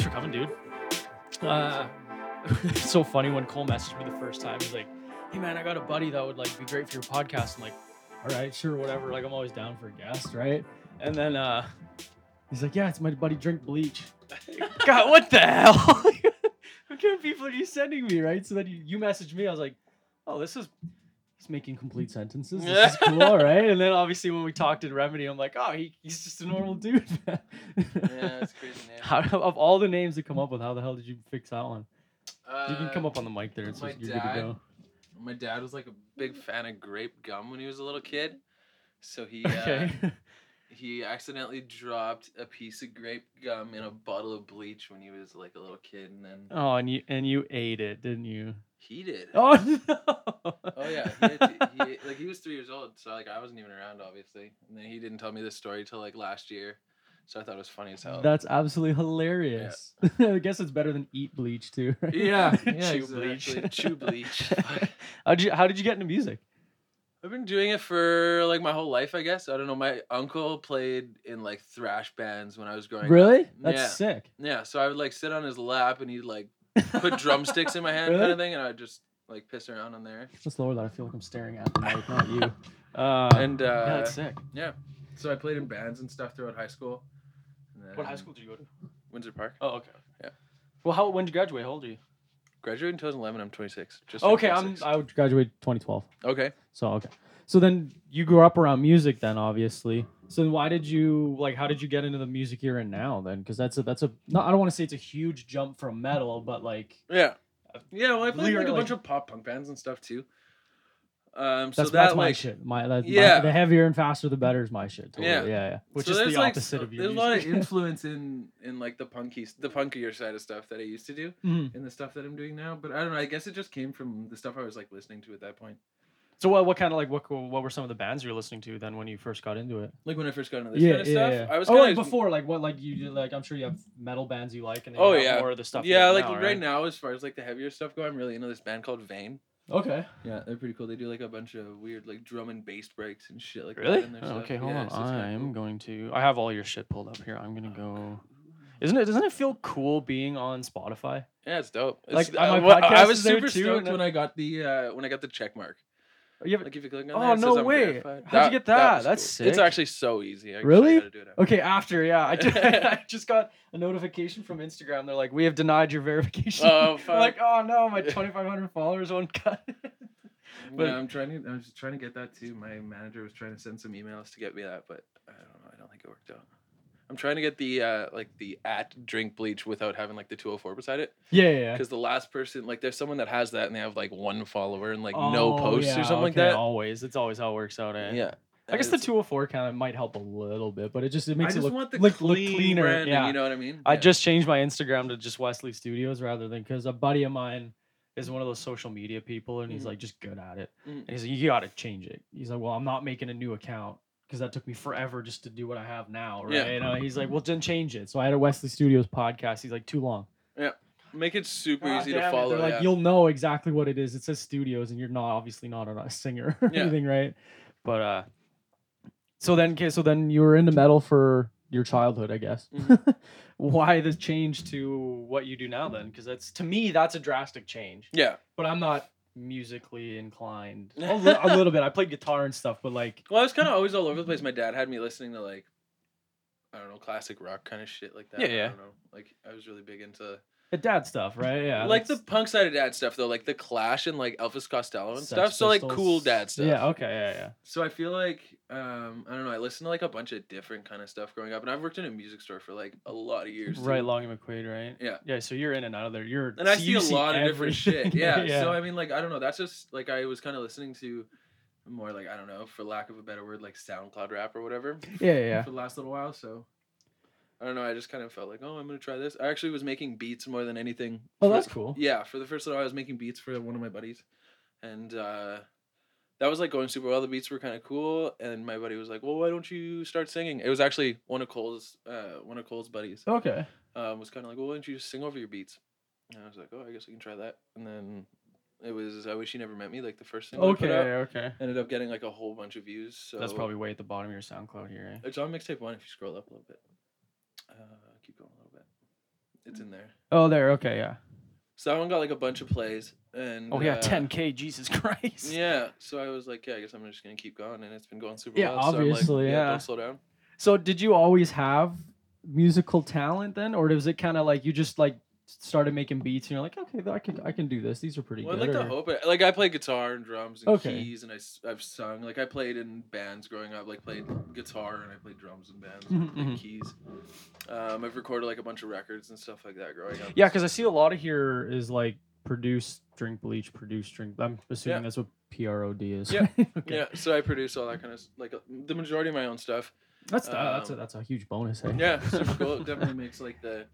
for coming, dude. Uh, it's so funny when Cole messaged me the first time. He's like, "Hey, man, I got a buddy that would like be great for your podcast." I'm like, "All right, sure, whatever." Like, I'm always down for a guest, right? And then uh, he's like, "Yeah, it's my buddy Drink Bleach." God, what the hell? what kind of people are you sending me, right? So then you, you messaged me. I was like, "Oh, this is." He's making complete sentences. This is cool, all right? And then obviously when we talked in Remedy, I'm like, oh, he, he's just a normal dude. man." yeah, it's crazy name. How, of all the names to come up with, how the hell did you fix that one? You can come Uh, up on the mic there. It's my you're good to dad- go. My dad was like a big fan of grape gum when he was a little kid, so he uh, Okay. he accidentally dropped a piece of grape gum in a bottle of bleach when he was like a little kid, and then Oh, and you and you ate it, didn't you? he did. Oh no. Oh yeah, he had to, he, like he was three years old, so like I wasn't even around obviously, and then he didn't tell me this story till like last year, so I thought it was funny as hell. That's absolutely hilarious. I guess it's better than eat bleach too. right? yeah, yeah, Chew exactly. bleach. Chew bleach. how did you How did you get into music? I've been doing it for like my whole life, I guess. I don't know. My uncle played in like thrash bands when I was growing up. Really? That's yeah. sick. Yeah. So I would like sit on his lap and he'd like put drumsticks in my hand Really? kind of thing and I'd just like piss around on there. Let's lower that. I feel like I'm staring at the mic, not you. Uh, And uh yeah, that's sick. yeah. So I played in bands and stuff throughout high school. and then did you go to? Windsor Park. Oh, okay. Yeah. Well, how when did you graduate? How old are you? Graduated in 2011. I'm 26. Just turned Okay, I'm. 26. I would graduate 2012. okay. So okay. So then you grew up around music then obviously. So then why did you like how did you get into the music you're in now then? Cuz that's a that's a not I don't want to say it's a huge jump from metal but like Yeah. Yeah. Well, I played in, like a Lyric- bunch of pop punk bands and stuff too. Um. So that's, that that's my like shit. My, that's my- Yeah. the heavier and faster the better is my shit. Totally. Yeah. Yeah. yeah, Which So is there's, the like, opposite so- of your There's a lot of music. influence in in like the punky the punkier side of stuff that I used to do Mhm. and the stuff that I'm doing now. But I don't know. I guess it just came from the stuff I was like listening to at that point. So what what kind of like what what were some of the bands you were listening to then when you first got into it? Like when I first got into this kind of stuff, I was oh, kind like of before like what like you did like I'm sure you have metal bands you like and then Oh, you have yeah. more of the stuff. you Yeah, like like now, right? right now, as far as like the heavier stuff go, I'm really into this band called Vane. Okay. Yeah, they're pretty cool. They do like a bunch of weird like drum and bass breaks and shit like that. Really? in their Oh, stuff. okay, hold Yeah, on. so it's kinda I'm cool. going to. I have all your shit pulled up here. I'm gonna go. Isn't it? Doesn't it feel cool being on Spotify? Yeah, it's dope. It's, Like, I, my wa- I podcast was is there super too, stoked and when I got the uh, when I got the check mark. You have- Like if you click on Oh, there, it no says I'm way. verified. How'd you get that? was That's It's sick. actually so easy. I Really? Just, do it after. okay, after yeah, I just, I just got a notification from Instagram. They're like, we have denied your verification. Oh, I'm fuck. like, oh no, my 2,500 followers won't cut. but- yeah, I'm trying to. I was just trying to get that too. My manager was trying to send some emails to get me that, but I don't know. I don't think it worked out. I'm trying to get the uh, like the at drink bleach without having like the 204 beside it yeah, yeah. yeah. because the last person like there's someone that has that and they have like one follower and like no posts or something like that. Oh, Always, it's always how it works out. Eh? yeah, oh, I guess the It's- 204 kind of might help a little bit, but it just it I makes just it look, want the look, clean look cleaner. branding. yeah. You know what I mean? I Yeah. just changed my Instagram to just Wesley Studios rather than because a buddy of mine is one of those social media people and he's Mhm. like just good at it. Mm. And he's like, you gotta change it. He's like, well, I'm not making a new account because that took me forever just to do what I have now, right? Yeah. And Mm-hmm. uh, he's like, well, then change it. So I had a Wesley Studios podcast. He's like, too long. make it super "Ah, easy damn to it." follow. They're like, yeah. you'll know exactly what it is. It says studios, and you're not obviously not a a singer or Yeah. anything, right? But uh, so then, okay, so then you were into metal for your childhood, I guess. Mm-hmm. Why the change to what you do now then? Because that's to me, that's a drastic change. yeah. But I'm not musically inclined. A, li- a little bit. I played guitar and stuff, but like, Well, I was kind of always all over the place. My dad had me listening to like, I don't know, classic rock kind of shit like that. Yeah, I yeah. don't know. Like I was really big into the dad stuff, right? Yeah, like the that's- punk side of dad stuff though, like the Clash and like Elvis Costello and Sex stuff. So like Pistols. cool dad stuff. Yeah. Okay. Yeah. Yeah. So I feel like um I don't know. I listened to like a bunch of different kind of stuff growing up, and I've worked in a music store for like a lot of years. too. Right, Longy McQuaid, right? Yeah. Yeah, so you're in and out of there. You're and I so see you a lot of different shit. everything. Yeah. So I mean, like, I don't know. That's just like I was kind of listening to more like I don't know, for lack of a better word, like SoundCloud rap or whatever yeah, yeah, yeah. for the last little while. So I don't know. I just kind of felt like, oh, I'm gonna try this. I actually was making beats more than anything. Oh, for- that's cool. Yeah, for the first little, while, I was making beats for one of my buddies, and uh, that was like going super well. The beats were kind of cool, and my buddy was like, well, why don't you start singing? It was actually one of Cole's, uh, one of Cole's buddies Okay. um, was kind of like, well, why don't you just sing over your beats? And I was like, oh, I guess I can try that. And then it was I Wish You Never Met Me, like the first thing. Okay. I put out. Okay. Ended up getting like a whole bunch of views. So That's probably way at the bottom of your SoundCloud here. eh? It's on mixtape one if you scroll up a little bit. Uh, keep going a little bit. It's in there. Oh, there. Okay, yeah. So that one got like a bunch of plays. And Oh yeah, uh, 10k. Jesus Christ. Yeah. So I was like, yeah, I guess I'm just gonna keep going, and it's been going super Yeah, well. so I'm like, obviously, yeah. Don't slow down. So did you always have musical talent then, or was it kind of like you just like started making beats and you're like, okay, I can I can do this. These are pretty Well, I'd good. like to or- hope it. Like I play guitar and drums and Okay. keys, and I have sung. Like I played in bands growing up. Like played guitar and I played drums in bands and Mhm, played mhm. keys. Um, I've recorded like a bunch of records and stuff like that growing up. Yeah, because I see a lot of here is like produce, drink, bleach, produce, drink. I'm assuming Yeah. that's what PROD is. Yeah, Okay. yeah. So I produce all that kind of s- like uh, the majority of my own stuff. That's uh, that's a, Um, that's a huge bonus. Hey? Yeah, super cool. It definitely makes like the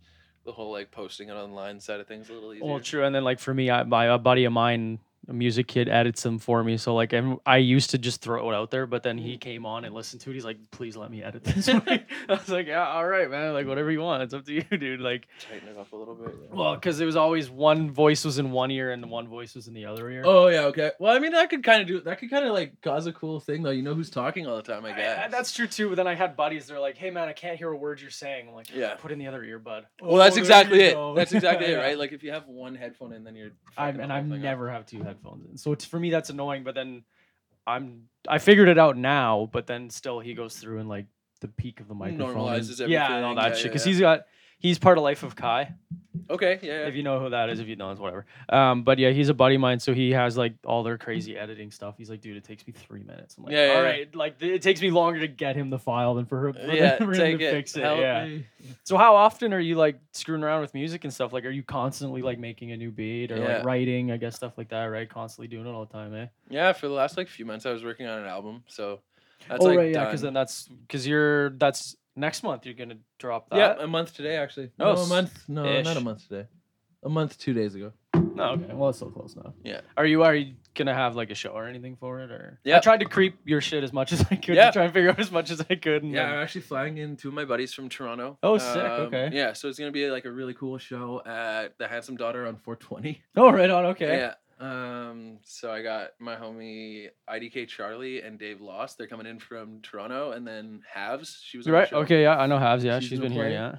the whole like posting it online side of things a little easier. Well, true. And then like for me, I, my a buddy of mine, a music kid, added some for me. So like I'm, I used to just throw it out there, but then Mm. he came on and listened to it. He's like, "Please let me edit this." one." I was like, "Yeah, all right, man. Like whatever you want. It's up to you, dude." Like, Tighten it up a little bit. yeah. well, because it was always one voice was in one ear and one voice was in the other ear. Oh yeah, okay. Well, I mean that could kind of do that could kind of like cause a cool thing though. You know who's talking all the time, I I- guess. I- that's true too. But then I had buddies. They're like, "Hey, man, I can't hear a word you're saying." I'm like, Yeah. put in the other earbud." well, that's Oh, there exactly you it. go. That's exactly it, Yeah. right? Like if you have one headphone in, then you're. fucking I'm, the and whole I thing up. never have two headphones in. So it's, for me, that's annoying. But then I'm I figured it out now. But then still, he goes through and like the peak of the microphone and- Normalizes Yeah, and all everything. that Yeah, shit. yeah, Because yeah. he's got he's part of Life of Kai. Okay, yeah. If yeah. you know who that is, if you don't, it's whatever. Um, but yeah, he's a buddy of mine, so he has like all their crazy editing stuff. He's like, dude, it takes me three minutes. I'm like, Yeah, yeah, all yeah. right, like th- it takes me longer to get him the file than for her for Yeah, them- for him take to it. fix it. Help yeah. me. So how often are you like screwing around with music and stuff? Like, are you constantly like making a new beat or Yeah. like writing? I guess stuff like that, right? Constantly doing it all the time, eh? Yeah, for the last like few months, I was working on an album, so that's oh like right, yeah, because done. then that's because you're that's next month. You're gonna drop yeah, that. a month today actually. Oh, No, a month. No, ish. not a month today. A month, two days ago. No, okay. Well, it's so close now. Yeah. Are you are you gonna have like a show or anything for it or? I Yeah. tried to creep your shit as much as I could. Yeah. To try and figure out as much as I could. And Yeah, then- I'm actually flying in two of my buddies from Toronto. Um, Oh, sick, okay. Yeah, so it's gonna be like a really cool show at the Handsome Daughter on 420. Oh, right on. Okay. Yeah. Um. So I got my homie IDK Charlie and Dave Lost. They're coming in from Toronto, and then Halves. She was on the Right. show. Okay. Yeah, I know Habs. Yeah, She's she's gonna been here. play. Yeah.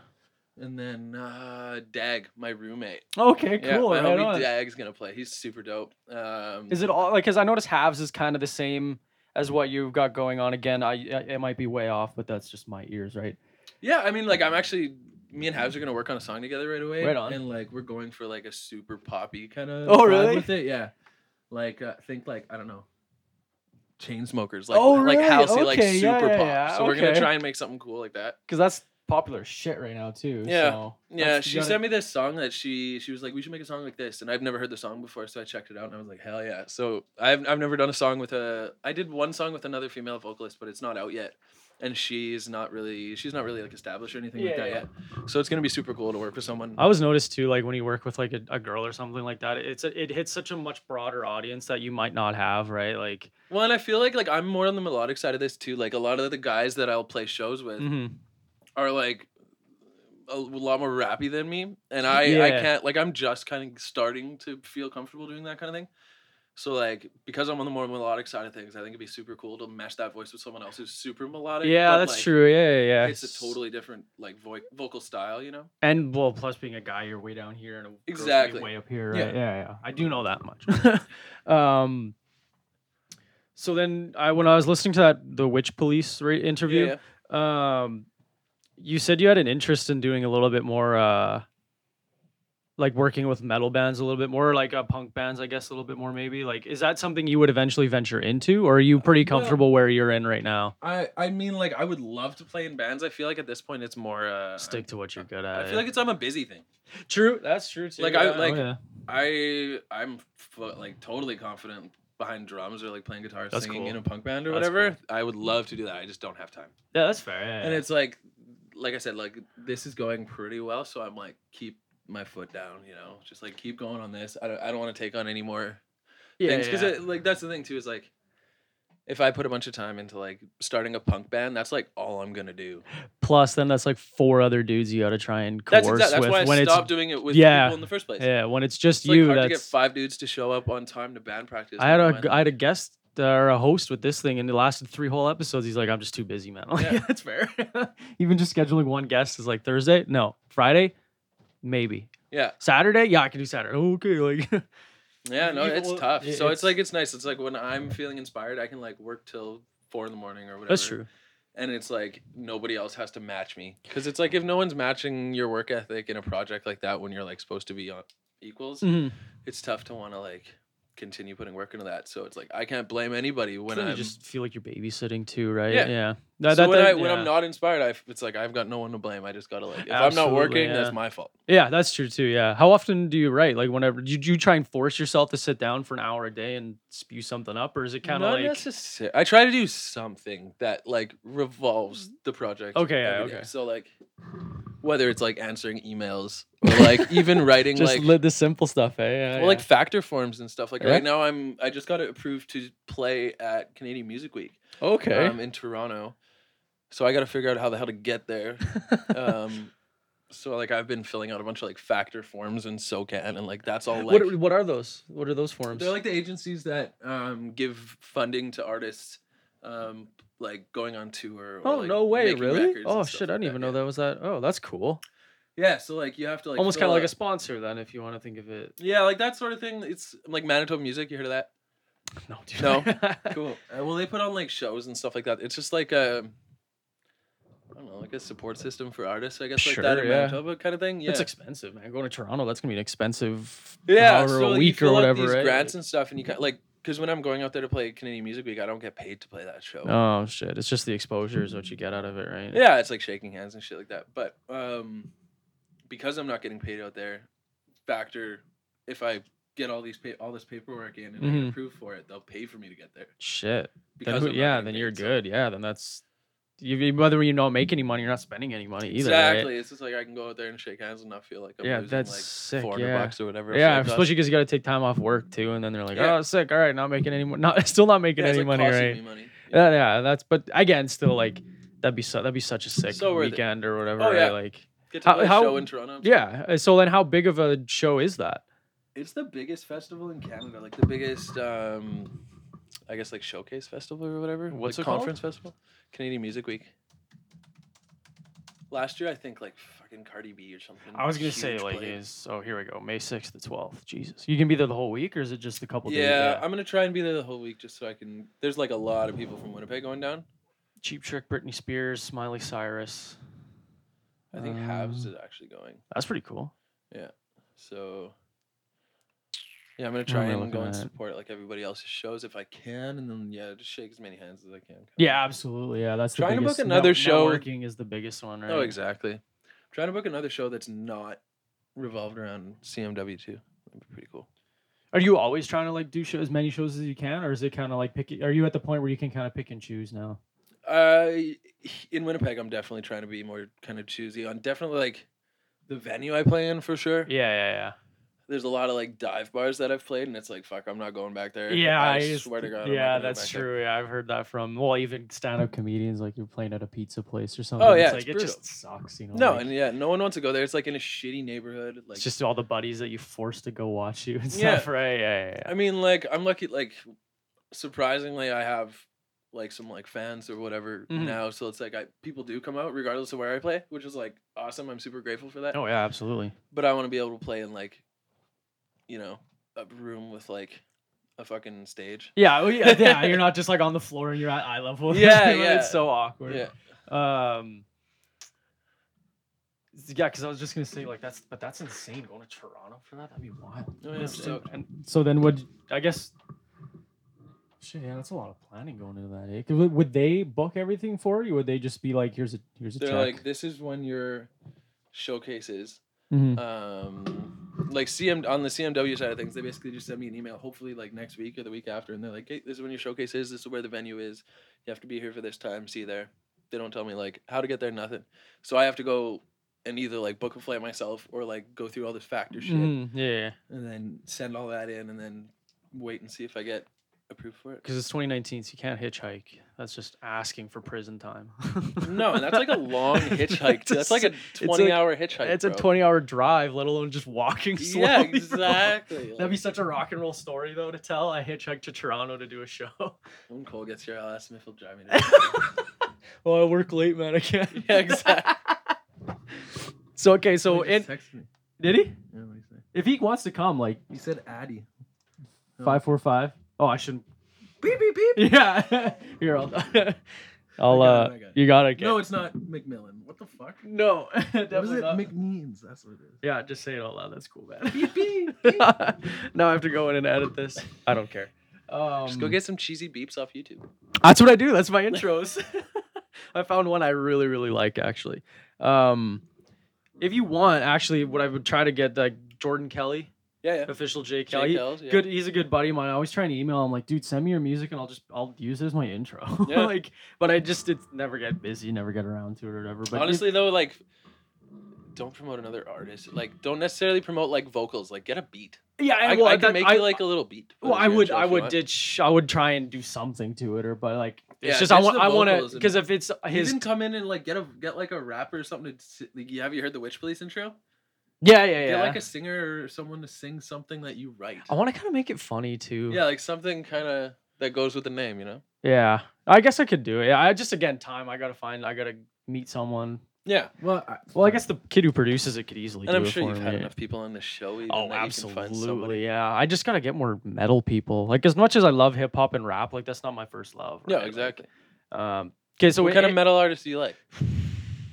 And then uh, Dag, my roommate. Okay. Yeah, Cool. my right homie on. Dag's gonna play. He's super dope. Um. Is it all like? Because I notice halves is kind of the same as what you've got going on. Again, I I- it might be way off, but that's just my ears, right? Yeah, I mean, like I'm actually. Me and Habs are gonna work on a song together right away. Right on. And like we're going for like a super poppy kind of. Oh, really? With it, yeah. Like uh, think like I don't know. Chain smokers like Oh, like really? housey like Okay, yeah, super yeah, pop. yeah, So we're gonna okay. try and make something cool like that. Because that's popular shit right now too. Yeah. So Yeah, she sent me this song that she she was like, we should make a song like this, and I've never heard the song before, so I checked it out and I was like, hell yeah! So I've I've never done a song with a I did one song with another female vocalist, but it's not out yet, and she's not really she's not really like established or anything like Yeah, that yeah. yet, so it's gonna be super cool to work with someone. I always noticed too, like when you work with like a, a girl or something like that, it's a, it hits such a much broader audience that you might not have, right? Like, Well, and I feel like like I'm more on the melodic side of this too. Like a lot of the guys that I'll play shows with mhm. are like a lot more rappy than me, and I I Yeah. can't like I'm just kind of starting to feel comfortable doing that kind of thing. So like because I'm on the more melodic side of things, I think it'd be super cool to mesh that voice with someone else who's super melodic. yeah, but, that's like, true. Yeah, yeah, yeah. It's a totally different like vo- vocal style, you know. and well, plus being a guy, you're way down here and a girl's gonna be Exactly. way up here, right? Yeah. Yeah, yeah. I do know that much. um, so then, I when I was listening to that the Witch Police ra- interview, Yeah, um you said you had an interest in doing a little bit more uh like working with metal bands a little bit more like uh, punk bands i guess a little bit more maybe like is that something you would eventually venture into or are Uh, you pretty well- comfortable where you're in right now I I mean like I would love to play in bands. I feel like at this point it's more uh, stick to what you're good I at feel like it's I'm a busy thing. true that's true too Like, I- yeah. like- Oh, yeah. I I'm fu- like totally confident behind drums or like playing guitar, That's singing cool. in a punk band or That's whatever. I would love to do that. I just don't have time. yeah that's fair yeah, And yeah. it's like, like I said, like this is going pretty well. So I'm like, keep my foot down, you know, just like keep going on this. I don't, I don't want to take on any more yeah, things because yeah. like that's the thing too is like, if I put a bunch of time into like starting a punk band, that's like all I'm gonna do. plus then that's like four other dudes you got to try and coerce That's exactly that's with why I when stopped it's doing it with yeah, people in the first place. yeah when it's just It's like you hard to get that's five dudes to show up on time to band practice. I had never mind, a I had a guest uh, or a host with this thing, and it lasted three whole episodes. He's like, I'm just too busy, man. I'm like, Yeah. that's fair. Even just scheduling one guest is like Thursday, no Friday, maybe Yeah. Saturday. Yeah, I can do Saturday. Okay, like Yeah, no, Even it's well, tough. i- So it's- it's like it's nice. It's like when I'm feeling inspired, I can like work till four in the morning or whatever. that's true. And it's like nobody else has to match me because it's like if no one's matching your work ethic in a project like that when you're like supposed to be on equals, Mhm. it's tough to want to like continue putting work into that. So it's like I can't blame anybody when Then I you just feel like you're babysitting too, right? Yeah. That- so that- when, that- I, when yeah. I'm not inspired, I f- it's like I've got no one to blame. I just gotta like if I'm Absolutely, not working, yeah. that's my fault. Yeah, that's true too. Yeah. How often do you write? Like whenever do you, do you try and force yourself to sit down for an hour a day and spew something up, or is it kind of Not like necessar- I try to do something that like revolves the project. Mm. Okay, yeah, every day. okay. So like, whether it's like answering emails or like even writing just like li- the simple stuff? Eh? Yeah, well, yeah. like factor forms and stuff. Like Yeah. right now, I'm I just got it approved to play at Canadian Music Week okay. um, in Toronto. So I got to figure out how the hell to get there. um, so like I've been filling out a bunch of like factor forms and SoCan and like that's all like what are- what are those? What are those forms? they're like the agencies that um, give funding to artists, um, like going on tour. Or, oh like, no way! making Really? records and Oh stuff shit! I like didn't even know yeah. that was that. Oh, that's cool. Yeah, so uh, like you have to like Almost fill kind of like a out- sponsor then, if you want to think of it. yeah, like that sort of thing. It's like Manitoba Music. You heard of that? No, dude. No. Cool. Uh, well, they put on like shows and stuff like that. It's just like a. I don't know, like a support system for artists, I guess, like that Sure, in yeah. Manitoba kind of thing. Yeah, It's expensive, man. Going to Toronto, that's gonna be an expensive yeah. hour so, a like, you week or fill out whatever, these right? grants and stuff, and you kind like because when I'm going out there to play Canadian Music Week, I don't get paid to play that show. Oh shit! It's just the exposure is what you get out of it, right? Yeah, it's like shaking hands and shit like that. But um, because I'm not getting paid out there, Factor, if I get all these pa- all this paperwork in and I Mhm. get approved for it, they'll pay for me to get there. Shit. Then Because who- I'm not yeah, getting then paid, you're so- good. Yeah, then that's you, you- whether you don't make any money, you're not spending any money either. right? exactly. It's just like I can go out there and shake hands and not feel like I'm Yeah, losing that's like sick, 400 yeah. bucks or whatever. it Yeah, costs. especially because you got to take time off work too, and then they're like, Yeah. "Oh, sick. All right, not making any, mo- not still not Yeah, making it's, any like, money, costing right?" me money. Yeah, yeah. That's but again, still like that'd be so that'd be such a sick So worth it. weekend or whatever. Oh, right? yeah. Like, Get to How- play a how- show in Toronto. yeah. uh, So then, how big of a show is that? It's the biggest festival in Canada, like the biggest, um, I guess, like showcase festival or whatever. What's like it called? conference festival? Canadian Music Week. Last year, I think like fucking Cardi B or something. I was gonna say huge like played. is oh here we go May sixth to twelfth. Jesus, you can be there the whole week, or is it just a couple days? yeah, I'm gonna try and be there the whole week just so I can. There's like a lot of people from Winnipeg going down. Cheap Trick, Britney Spears, Smiley Cyrus. I think Habs Um, is actually going. That's pretty cool. So yeah, I'm gonna try am I and looking go and at? support like everybody else's shows if I can, and then yeah, just shake as many hands as I can. Yeah, absolutely. Yeah, that's Trying the to book biggest. another show- Networking is the biggest one, right? Oh, exactly. I'm trying to book another show that's not revolved around CMW too. That'd be pretty cool. Are you always trying to like do show, as many shows as you can, or is it kind of like pick? Are you at the point where you can kind of pick and choose now? Uh, in Winnipeg, I'm definitely trying to be more kind of choosy on definitely like the venue I play in for sure. Yeah, yeah, There's a lot of like dive bars that I've played, and it's like fuck, I'm not going back there. Yeah, I, I just- swear to God. I'm not yeah, gonna go that's back there. true. Yeah, I've heard that from well, even stand-up comedians like you're playing at a pizza place or something. Oh, yeah, it's like it's it brutal. just sucks, you know. No, like, and yeah, no one wants to go there. It's like in a shitty neighborhood. Like, it's just all the buddies that you force to go watch you and Yeah. stuff, right? Yeah, yeah, yeah. I mean, like I'm lucky. Like surprisingly, I have like some like fans or whatever Mhm. now. So it's like I people do come out regardless of where I play, which is like awesome. I'm super grateful for that. Oh yeah, absolutely. But I want to be able to play in like, you know, a room with like a fucking stage. Yeah, well, yeah, yeah. You're not just like on the floor and you're at eye level. with Yeah, everyone, yeah. It's so awkward. Yeah, Um. Yeah, because I was just gonna say like that's, but that's insane going to Toronto for that. That'd be wild. Oh, yeah, And it's- so- and, and so then would I guess? Shit, yeah, that's a lot of planning going into that. Eh? 'Cause Would, would they book everything for you? Would they just be like, here's a here's a they're check? like this is when your showcase is. "Oh, Mhm. um like CM on the CMW side of things, they basically just send me an email, hopefully like next week or the week after, and they're like, Hey, this is when your showcase is, this is where the venue is, you have to be here for this time, see you there. They don't tell me like how to get there, nothing. So I have to go and either like book a flight myself or like go through all this factor shit Mhm, yeah, and then send all that in and then wait and see if I get approved for it. because it's 2019, so you can't hitchhike. That's just asking for prison time. No, and that's like a long hitchhike. It's a That's like a twenty like- hour hitchhike. It's a bro. 20 hour drive, let alone just walking slow. Yeah, exactly. That'd be Like, such a rock and roll story though to tell. I hitchhiked to Toronto to do a show. when Cole gets here, I'll ask him if he'll drive me to well, I work late, man. I can't. Yeah, exactly. so okay, so Somebody in just texted me. Did he? Yeah, what do you say? If he wants to come, like You said Addy. No. five four five. Oh, I shouldn't. Beep beep beep. Yeah, here I'll. I'll I uh, got it, I got it. you gotta get. No, it's not McMillan. What the fuck? no, definitely What is it? not. McNeans. That's what it is. yeah, just say it out loud. That's cool, man. Beep, beep, beep. now I have to go in and edit this. I don't care. Um, Just go get some cheesy beeps off YouTube. That's what I do. That's my intros. I found one I really, really like actually. Um, if you want, actually, what I would try to get like Jordan Kelly, Yeah, yeah. official J Jay Kelly. Kells, yeah. Good, he's a good buddy of mine. I always try and email him like, dude, send me your music and I'll just I'll use it as my intro. Yeah. like, but I just it's never get busy, never get around to it or whatever. But if- Honestly though, like don't promote another artist. Like don't necessarily promote like vocals. Like get a beat. yeah, I, I, well, I can that- make I- you like a little beat. for Well, the I would, intro I if you would want. ditch, I would try and do something to it, or but like, it's Yeah, just I ditch want, the I want vocals to, and- because if it's his, Even come in and like get a get like a rapper or something. To, si- like, you- have you heard the Witch Police intro? yeah, yeah, yeah. Get I like a singer or someone to sing something that you write. want to kind of make it funny too. Yeah, like something kind of that goes with the name. You know. Yeah, I guess I could do it. Yeah, I just again time. I gotta find. I gotta meet someone. Yeah. Well, Well, I guess the kid who produces it could easily. and do I'm it sure for you've me. had enough people on this show. Even, Oh, that You can find somebody. absolutely. Yeah, I just gotta get more metal people. Like as much as I love hip hop and rap, like that's not my first love. No, right? Like, exactly. Um. Okay, so So what kind of metal? metal artists do you like?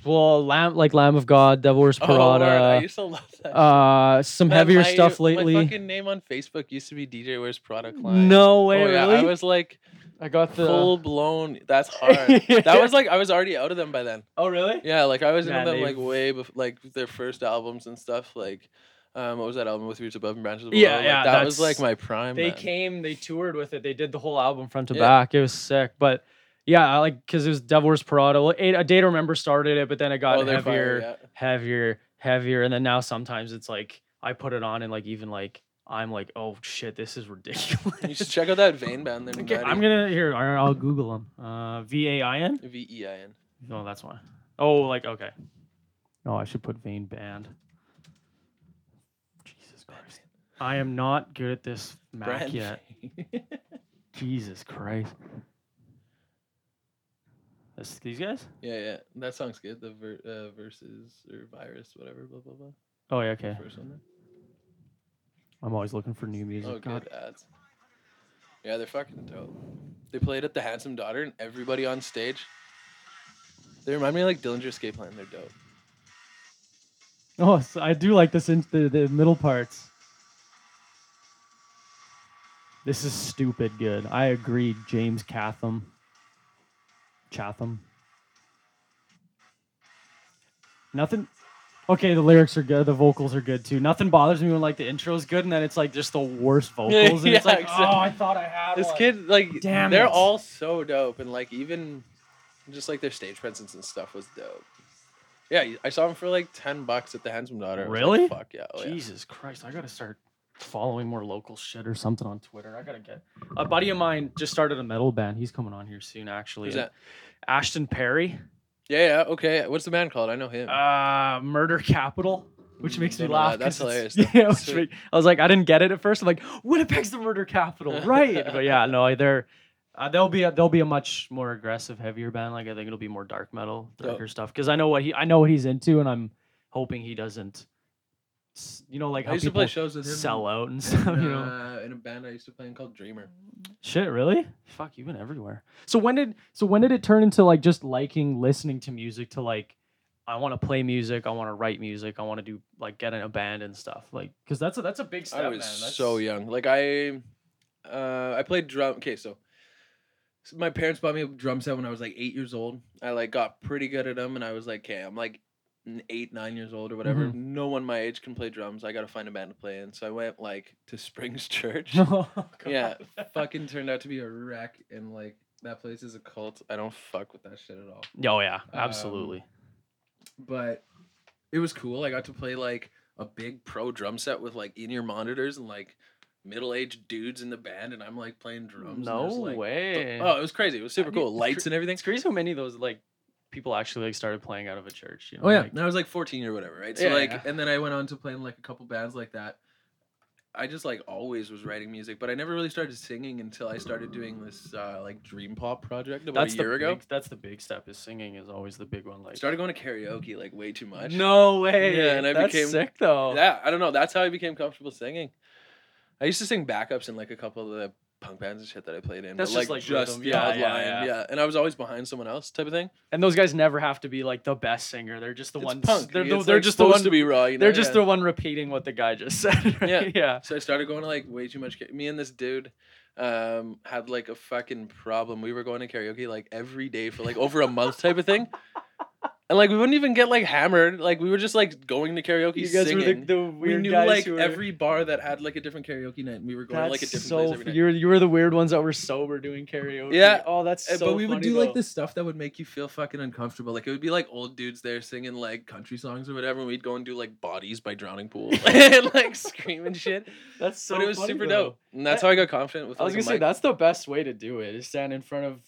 Well, Lamb like Lamb of God, Devil Wears Oh, Lord, I Prada. used to love that. uh, some Man, heavier my- stuff My lately. fucking name on Facebook used to be DJ Wears Product Line. No way, oh, yeah, really? I was like I got the. full blown. That's hard. that was like I was already out of them by then. Oh really? Yeah, like I was into Nah, them they- like way bef- like their first albums and stuff. Like, um, what was that album with Roots Above and Branches Below? Yeah, Like, yeah, That was that's- like my prime. they man. came they toured with it they did the whole album front to Yeah. back it was sick but yeah I like because it was devil wears prada Well, a a day to remember started it but then it got Oh, they're heavier fire, yeah. heavier heavier and then now sometimes it's like i put it on and like even like i'm like oh shit this is You should ridiculous check out that Vane band. They're okay, i'm gonna here I- i'll google them uh v-a-i-n V E I N. no that's why oh like okay no i should put vein band jesus christ i am not good at this mac Brand E yet Vane. Jesus Christ. That's these guys? yeah, yeah, that song's good. The ver- uh, verses or virus, whatever, blah blah blah. Oh yeah, The okay. First one. there. I'm always looking for new music. Oh, God. good ads. Yeah, they're fucking dope. They played at the Handsome Daughter, and everybody on stage. They remind me of like Dillinger Escape Plan. They're dope. Oh, so I do like this in the, the middle parts. This is stupid good. I agree, James Catham. Chatham. Nothing. Okay, the lyrics are good. The vocals are good too. Nothing bothers me when like the intro's good, and then it's like just the worst vocals. And it's yeah, like, exactly. oh, I thought I had this one." kid like Damn they're it. all so dope and like even just like their stage presence and stuff was dope yeah i saw him for like 10 bucks at the handsome daughter I was like, Really? fuck yeah, oh, yeah. Jesus Christ, I gotta start following more local shit or something on Twitter. I gotta get a buddy of mine just started a metal band. He's coming on here soon, actually. Who's and that? Ashton Perry, yeah yeah okay what's the band called i know him uh, Murder Capital, which Mm, makes me don't know that. laugh. That's 'cause it's- hilarious, though. Yeah, which Sweet. make- I was like, I didn't get it at first. I'm like, Winnipeg's the Murder Capital, right? but yeah, no, they're. Uh, they'll be a, they'll be a much more aggressive, heavier band. Like I think it'll be more dark metal, Dope. darker stuff. Because I know what he I know what he's into, and I'm hoping he doesn't. s- You know, like i how used to play people shows with him sell out and in, stuff, you know. uh, in a band i used to play in called dreamer Shit, really? Fuck, you've been everywhere. So when did so when did it turn into like just liking listening to music to like I want to play music, I want to write music, I want to do like get in a band and stuff. Like cuz that's a, that's a big step, I was man. That's, so young. Like I, uh, I played drum. Okay, so s- my parents bought me a drum set when I was like eight years old. I like got pretty good at them, and I was like, okay, I'm like n- eight, nine years old or whatever. No one my age can play drums. I got to find a band to play in. So I went like to Springs Church. Oh, God. yeah, fucking turned out to be a wreck, and like that place is a cult. I don't fuck with that shit at all Oh yeah, absolutely. but it was cool. I got to play like a big pro drum set with like in ear monitors and like middle aged dudes in the band, and I'm like playing drums. and no there's, like, the- way. oh, it was crazy. It was super Have you- cool. Lights and everything. it's crazy how many of those like people actually like started playing out of a church, you know. Oh yeah, like- and I was like 14 or whatever, right? So Yeah, like, yeah. and then I went on to play in like a couple bands like that, I just like always was writing music, but I never really started singing until I started doing this uh, like dream pop project about That's a year the ago. Big, that's the big step. Is singing is always the big one. Like Started going to karaoke like way too much. No way. Yeah, and I That's became- sick though. Yeah, I don't know. That's how I became comfortable singing. I used to sing backups in like a couple of the punk bands and shit that I played in. That's but, just, like like, just rhythm. the Yeah, odd yeah, line, yeah. And I was always behind someone else type of thing. and those guys never have to be like the best singer. They're just the it's ones. punk. They're, it's, the, like, they're just the supposed one. to be raw. You know? they're just yeah. the one repeating what the guy just said. right? Yeah. yeah. So I started going to like way too much. Ka- Me and this dude um, had like a fucking problem. We were going to karaoke like every day for like over a month type of thing. And like we wouldn't even get like hammered. Like we were just like going to karaoke You guys singing. were the, the weird we knew guys like who were- every bar that had like a different karaoke night. And we were going to, That's like a different so. place f- every night. you were you were the weird ones that were sober doing karaoke. Yeah. Oh, that's Uh, so. but we would funny, do though. like this stuff that would make you feel fucking uncomfortable. Like it would be like old dudes there singing like country songs or whatever. And we'd go and do like bodies by drowning pool and like scream and shit. That's so. but it was funny, super though. Eh, dope. And that's how I got confident with I was like, gonna say a mic. that's the best way to do it. Is stand in front of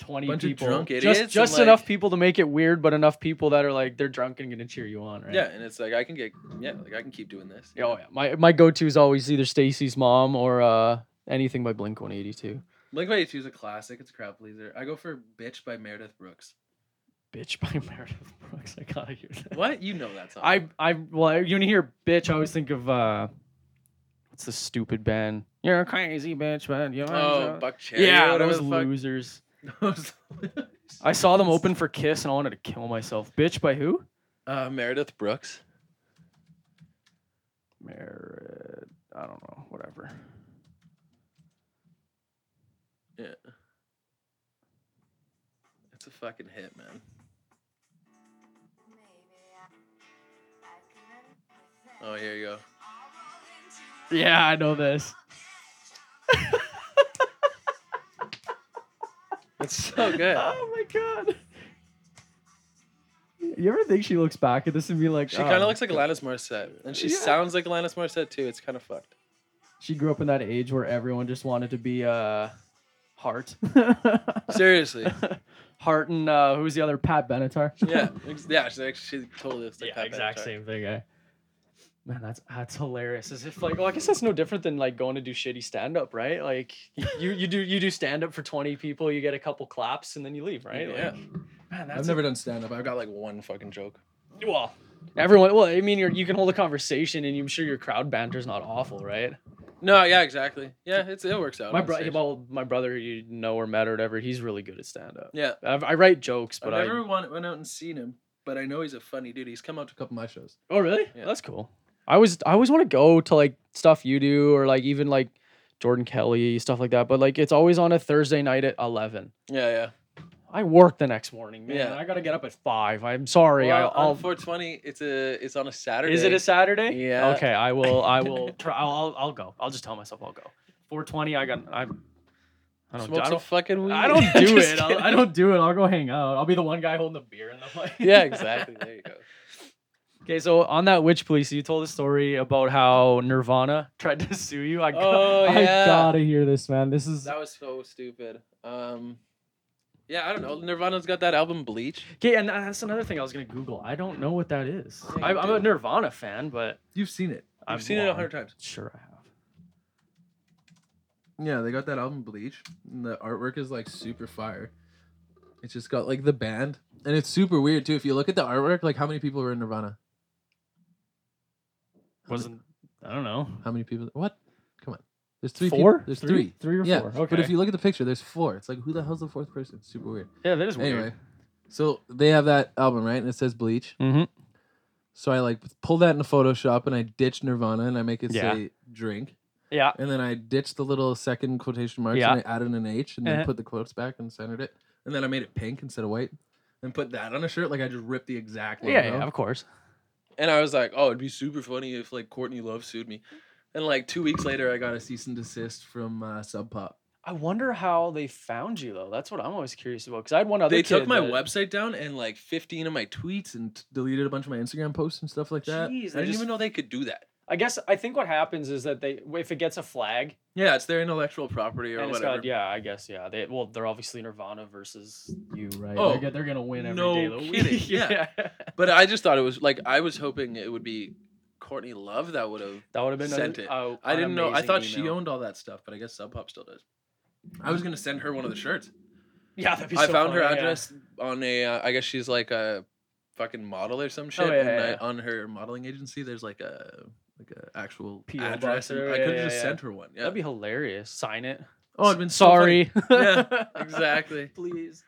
twenty Bunch of people, drunk idiots just and, just enough like- people to make it weird, but enough people that are like they're drunk and gonna cheer you on, right? Yeah, and it's like I can get yeah, like I can keep doing this. Yeah, Oh yeah. My my go to is always either Stacy's mom or uh anything by Blink One Eighty Two. Blink 182 is a classic. It's a crowd pleaser. I go for "Bitch" by Meredith Brooks. Bitch by Meredith Brooks. I gotta hear that. What you know that song? I I well I- you wanna hear bitch? I always think of uh what's the stupid band? You're a crazy bitch, man. You're oh Buck Cherry. yeah, or those whatever losers. the fuck- Those I saw them open for Kiss and I wanted to kill myself. Bitch by who? Uh, Meredith Brooks. Merit. I don't know. Whatever. Yeah, it's a fucking hit, man. Oh, here you go. Yeah, I know this. It's so good. Oh my god. You ever think she looks back at this and be like, She kind "Oh, of looks like Alanis Morissette, and she Yeah. sounds like Alanis Morissette too. It's kind of fucked. She grew up in that age where everyone just wanted to be uh, Hart. Seriously. Hart and uh, who's the other Pat Benatar? Yeah, ex- yeah. She, she totally looks like yeah, Pat exact Benatar. same thing. Eh? Man, that's that's hilarious. As if like, well, I guess that's no different than like going to do shitty stand up, right? Like you- you you do you do stand up for twenty people, you get a couple claps, and then you leave, right? Yeah. Like, man, that's I've never done stand up. I've got like one fucking joke. well. Everyone, well, I mean, you're, you can hold a conversation, and I'm sure your crowd banter's not awful, right? No, yeah, exactly. Yeah, it's it works out. my on brother, stage. well, my brother, you know or met or whatever, he's really good at stand up. Yeah, I, I write jokes, but I I, never went, went out and seen him, but I know he's a funny dude. He's come out to a couple of my shows. oh really? Yeah. That's cool. I was I always want to go to like stuff you do or like even like Jordan Kelly stuff like that, but like it's always on a Thursday night at eleven. Yeah, yeah. I work the next morning, man. Yeah. I gotta get up at five. I'm sorry. Well, I, on I'll. 420, it's a it's on a Saturday. Is it a Saturday? Yeah. Okay, I will. I will. Try, I'll. I'll- I'll go. I'll just tell myself I'll go. Four twenty. I got. I'm. I don't. Smoke I some don't fucking weed. I don't do Just it. I'll, I kidding. don't do it. I'll go hang out. I'll be the one guy holding the beer in the mic. Yeah, exactly. There you go. okay, so on that witch police, you told a story about how Nirvana tried to sue you. I, Oh, yeah. I gotta hear this, man. This is That was so stupid. Um, yeah, I don't know. Nirvana's got that album Bleach. okay, and that's another thing I was gonna Google. I don't know what that is. Yeah, you I, I'm a do. Nirvana fan, but You've seen it. I've I'm seen it a blind. hundred times. Sure, I have. Yeah, they got that album Bleach. And the artwork is like super fire. It's just got like the band. And it's super weird too. If you look at the artwork, like how many people were in Nirvana? Wasn't I don't know. How many people? What? Come on. There's three. peop- four? there's three, three. three or yeah. four. Okay, But if you look at the picture, there's four. It's like who the hell's the fourth person? It's super weird. yeah, that is weird. Anyway, so they have that album right, and it says Bleach. Mm-hmm. So I like pull that into Photoshop and I ditch Nirvana and I make it Yeah. say drink, Yeah, and then I ditched the little second quotation marks Yeah. and I added an H and then Uh-huh. put the quotes back and centered it, and then I made it pink instead of white. And put that on a shirt, like I just ripped the exact yeah, logo. yeah, of course. And I was like, oh, it'd be super funny if like Courtney Love sued me. And like two weeks later, I got a cease and desist from uh, Sub Pop. I wonder how they found you though. That's what I'm always curious about. Because I had one other. they took kid my that- website down and like 15 of my tweets and t- deleted a bunch of my Instagram posts and stuff like that. Jeez, they I didn't just- even know they could do that. I guess I think what happens is that they if it gets a flag Yeah, it's their intellectual property or and it's whatever. got yeah I guess yeah they well they're obviously Nirvana versus you right Oh, they're, go- they're gonna win every day no of the kidding, week yeah. But I just thought it was like I was hoping it would be Courtney Love that would have. That would have been a- Sent it. a- I an didn't know. I amazing thought she email. owned all that stuff, but I guess Sub Pop still does. I was gonna send her one of the shirts. Yeah, that'd be I so found her funny, yeah. address on a. Uh, I guess she's like a fucking model or some shit. Oh, yeah, and yeah, I, yeah. on her modeling agency, there's like a like a actual PO box address. and or- I yeah, could have yeah, just yeah. sent her one. Yeah. That'd be hilarious. Sign it. oh, I've been so funny. Sorry. Yeah, exactly. Please.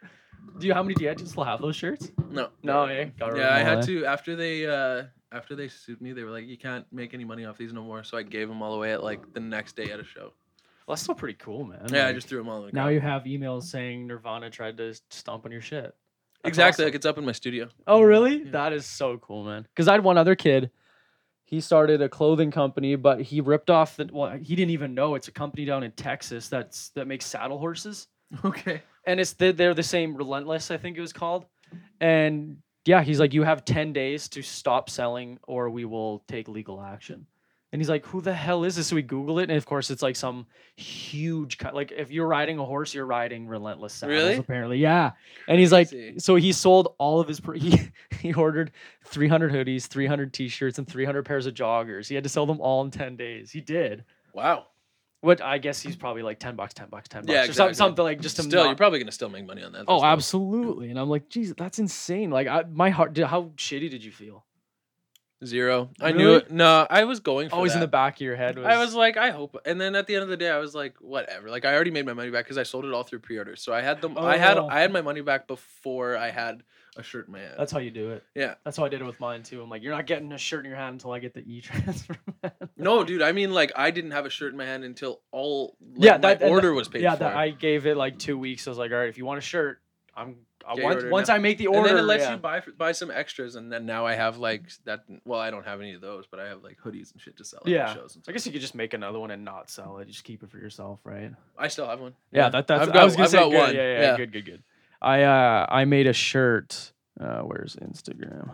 Do you how many do you actually still have those shirts? No. No, eh? Got rid of Yeah, I them all, had eh? to after they uh after they sued me. They were like, "You can't make any money off these no more." So I gave them all away at like the next day at a show. Well, that's still pretty cool, man. yeah, I Like, just threw them all in. The Now crowd. you have emails saying Nirvana tried to stomp on your shit. That's exactly awesome. like it's up in my studio. Oh, really? Yeah. That is so cool, man. Because I had one other kid. He started a clothing company, but he ripped off the. Well, he didn't even know it's a company down in Texas that's that makes saddle horses, Okay. and it's the, they're the same Relentless, I think it was called. And yeah, he's like, you have ten days to stop selling, or we will take legal action. And he's like, who the hell is this? So we Google it, and of course, it's like some huge co- like if you're riding a horse, you're riding Relentless saddles. Really? Apparently, yeah. And he's like, Crazy. so he sold all of his. Pr- he he ordered 300 hoodies, 300 t-shirts, and 300 pairs of joggers. He had to sell them all in 10 days. He did. Wow. What I guess he's probably like 10 bucks, 10 bucks, 10 bucks, Yeah, or some- exactly. something like just to still, not- you're probably gonna still make money on that. Oh, absolutely. absolutely. And I'm like, geez, that's insane. Like, I, my heart. Dude, how shitty did you feel? Zero. I Really? knew it. No, I was going for Always in that. the back of your head. Was, I was like, I hope. And then at the end of the day, I was like, whatever. Like I already made my money back because I sold it all through pre-orders. So I had them. I had Oh. I had my money back before I had a shirt in my hand. That's how you do it. Yeah. That's how I did it with mine too. I'm like, you're not getting a shirt in your hand until I get the e transfer. no, dude. I mean, like I didn't have a shirt in my hand until all. Like, Yeah, my that- and order was paid. yeah, for. that, I gave it like two weeks. I was like, all right, if you want a shirt, I'm. I Get your want, order once now. I make the order, and then it lets yeah. you buy buy some extras, and then now I have like that. Well, I don't have any of those, but I have like hoodies and shit to sell. At Yeah. the shows I and stuff. guess you could just make another one and not sell it. Just keep it for yourself, right? I still have one. that, I've got- I've got good, one, Yeah, yeah, yeah. good, good, good. I uh, I made a shirt. Uh, where's Instagram?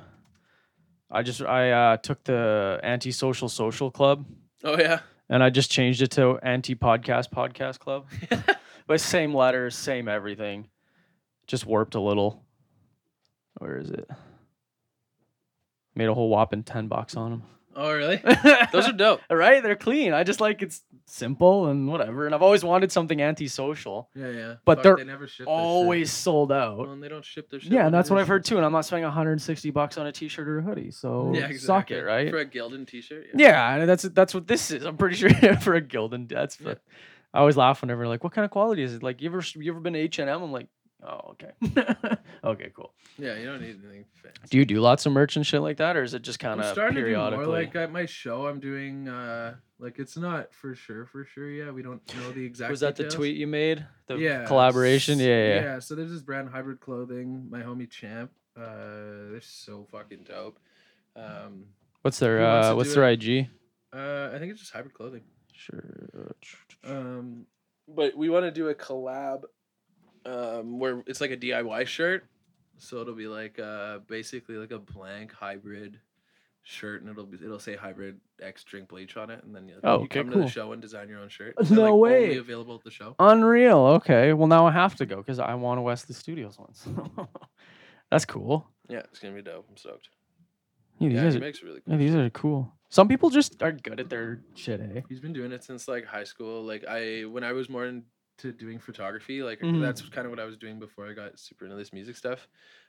I just I uh, took the anti-social social club Oh yeah. and I just changed it to anti-podcast podcast club. but same letters, same everything, just warped a little. Where is it? Made a whole whopping ten bucks on Oh really? them. Those are dope. right? They're clean. I just like it's simple and whatever. And I've always wanted something antisocial. Yeah, yeah. But they're they never ship their shit. Always sold Well, out. and they don't ship their Oh, shit. Yeah, when and it that's what is. I've heard too. And I'm not spending 160 bucks on a t-shirt or a hoodie. So Yeah, suck exactly. it, right? For a Gildan T-shirt. yeah, and that's that's what this is. I'm pretty sure for a Gildan. That's Yeah. but I always laugh whenever like, what kind of quality is it? Like, you ever you ever been to H and M? I'm like, oh okay, okay, cool. Yeah, you don't need anything fancy. Do you do lots of merch and shit like that, or is it just kind I'm of starting to do periodically? more like at my show. I'm doing uh like it's not for sure, for sure. Yeah, we don't know the exact. Was that the details. tweet you made? The uh, yeah, collaboration? s- Yeah, yeah. yeah. Yeah, so there's this brand Hybrid Clothing, my homie Champ. Uh, they're so fucking dope. Um, What's their Who wants uh, to What's do their it? IG? uh, I think it's just Hybrid Clothing. Sure. Um, but we want to do a collab, um, where it's like a DIY shirt. So it'll be like uh, basically like a blank hybrid shirt, and it'll be it'll say hybrid X drink bleach on it, and then you, Oh, you okay, come to cool. the show and design your own shirt. No They're, like, way. Uh, Only available at the show. Unreal. Okay. Well, now I have to go because I want a Wesley Studios one. so. That's cool. Yeah, it's gonna be dope. I'm stoked. Yeah, these Yeah, guys he are, makes really cool. yeah, these are cool. Some people just are good at their shit, eh? He's been doing it since like high school. Like I, when I was more into doing photography, like Mhm. that's kind of what I was doing before I got super into this music stuff.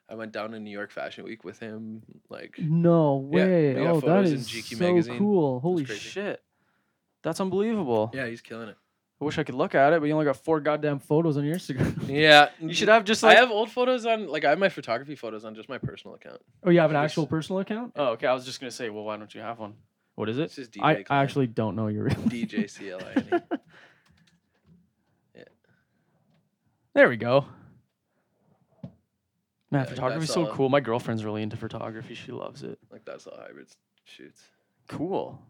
I went down to New York Fashion Week with him. Like No Yeah, way. we got oh, that photos in is GQ so magazine. cool. Holy crazy. shit. That's unbelievable. Yeah, he's killing it. I wish I could look at it, but you only got four goddamn photos on your Instagram. Yeah, you should have just I like. have old photos on, like I have my photography photos on just my personal account. oh, you have an just- actual personal account? Oh, okay. I was just gonna say, well, why don't you have one? What is It's it? just DJ. I, I Klein. actually don't know your real DJ CLINE. Yeah. There we go. Man, I think photography's that's so all. cool. My girlfriend's really into photography. She loves it. like that's all hybrids shoots. Cool.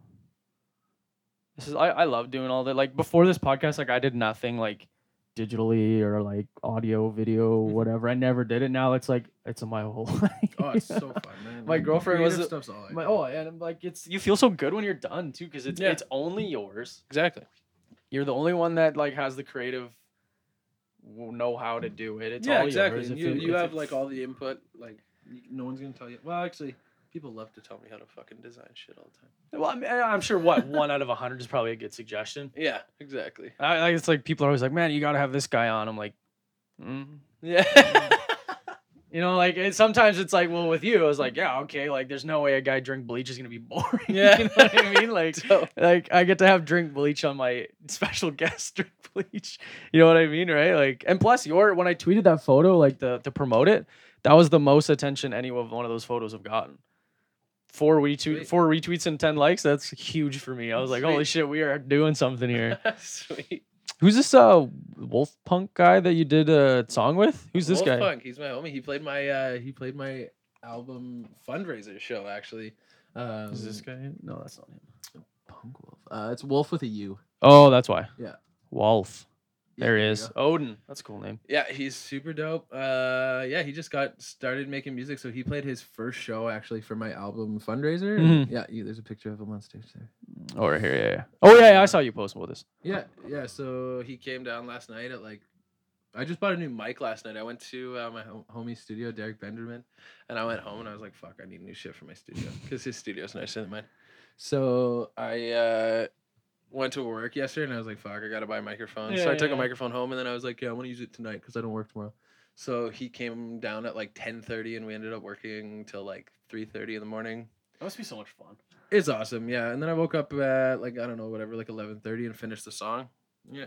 This is I, I love doing all that. Like before this podcast, like I did nothing like digitally or like audio, video, Mhm. whatever. I never did it. Now it's like it's my whole life. Oh, it's so fun, man. My girlfriend was creative a- stuff's all I My, do. oh, and I'm like it's you feel so good when you're done too, because it's Yeah. it's only yours. exactly. You're the only one that like has the creative w- know how to do it. It's yeah, all exactly. yours. and If You it- you if have it- like all the input. Like y- no one's gonna tell you. Well, actually, People love to tell me how to fucking design shit all the time. Well, I'm, I'm sure what one out of a hundred is probably a good suggestion. Yeah, exactly. I, I, it's like people are always like, "Man, you gotta have this guy on." I'm like, mm. Yeah. you know, like and sometimes it's like, well, with you, I was like, yeah, okay, like there's no way a guy drink bleach is gonna be boring. Yeah. you know what I mean? Like, So- like I get to have drink bleach on my special guest drink bleach. You know what I mean, right? Like, and plus, your when I tweeted that photo, like the to promote it, that was the most attention any of one of those photos have gotten. Four retweet, Sweet. four retweets and ten likes. That's huge for me. I was like, holy Sweet. shit, we are doing something here. Sweet. Who's this uh wolf punk guy that you did a song with? Who's this guy? Wolfpunk, he's my homie. He played my uh he played my album fundraiser show actually. Um, Is this guy? No, that's not him. Punk Wolf? Uh, it's Wolf with a U. Oh, that's why. Yeah. Wolf. Yeah, there he you is. go. Odin. That's a cool name. Yeah, he's super dope. Uh, yeah, he just got started making music, so he played his first show actually for my album fundraiser. and Mm-hmm. Yeah, you, there's a picture of him on stage there. Over here, yeah, yeah. Oh yeah, yeah, I saw you post about this. Yeah, yeah. So he came down last night at like, I just bought a new mic last night. I went to uh, my hom- homie studio, Derek Benderman, and I went home and I was like, "Fuck, I need new shit for my studio because his studio's nicer than mine." So I uh, went to work yesterday and I was like, "Fuck, I gotta buy a microphone." so Yeah, I took yeah. a microphone home and then I was like, "Yeah, I want to use it tonight because I don't work tomorrow." So he came down at like ten thirty and we ended up working till like three thirty in the morning. That must be so much fun. It's awesome, yeah. And then I woke up at like I don't know, whatever, like eleven thirty, and finished the song. Yeah,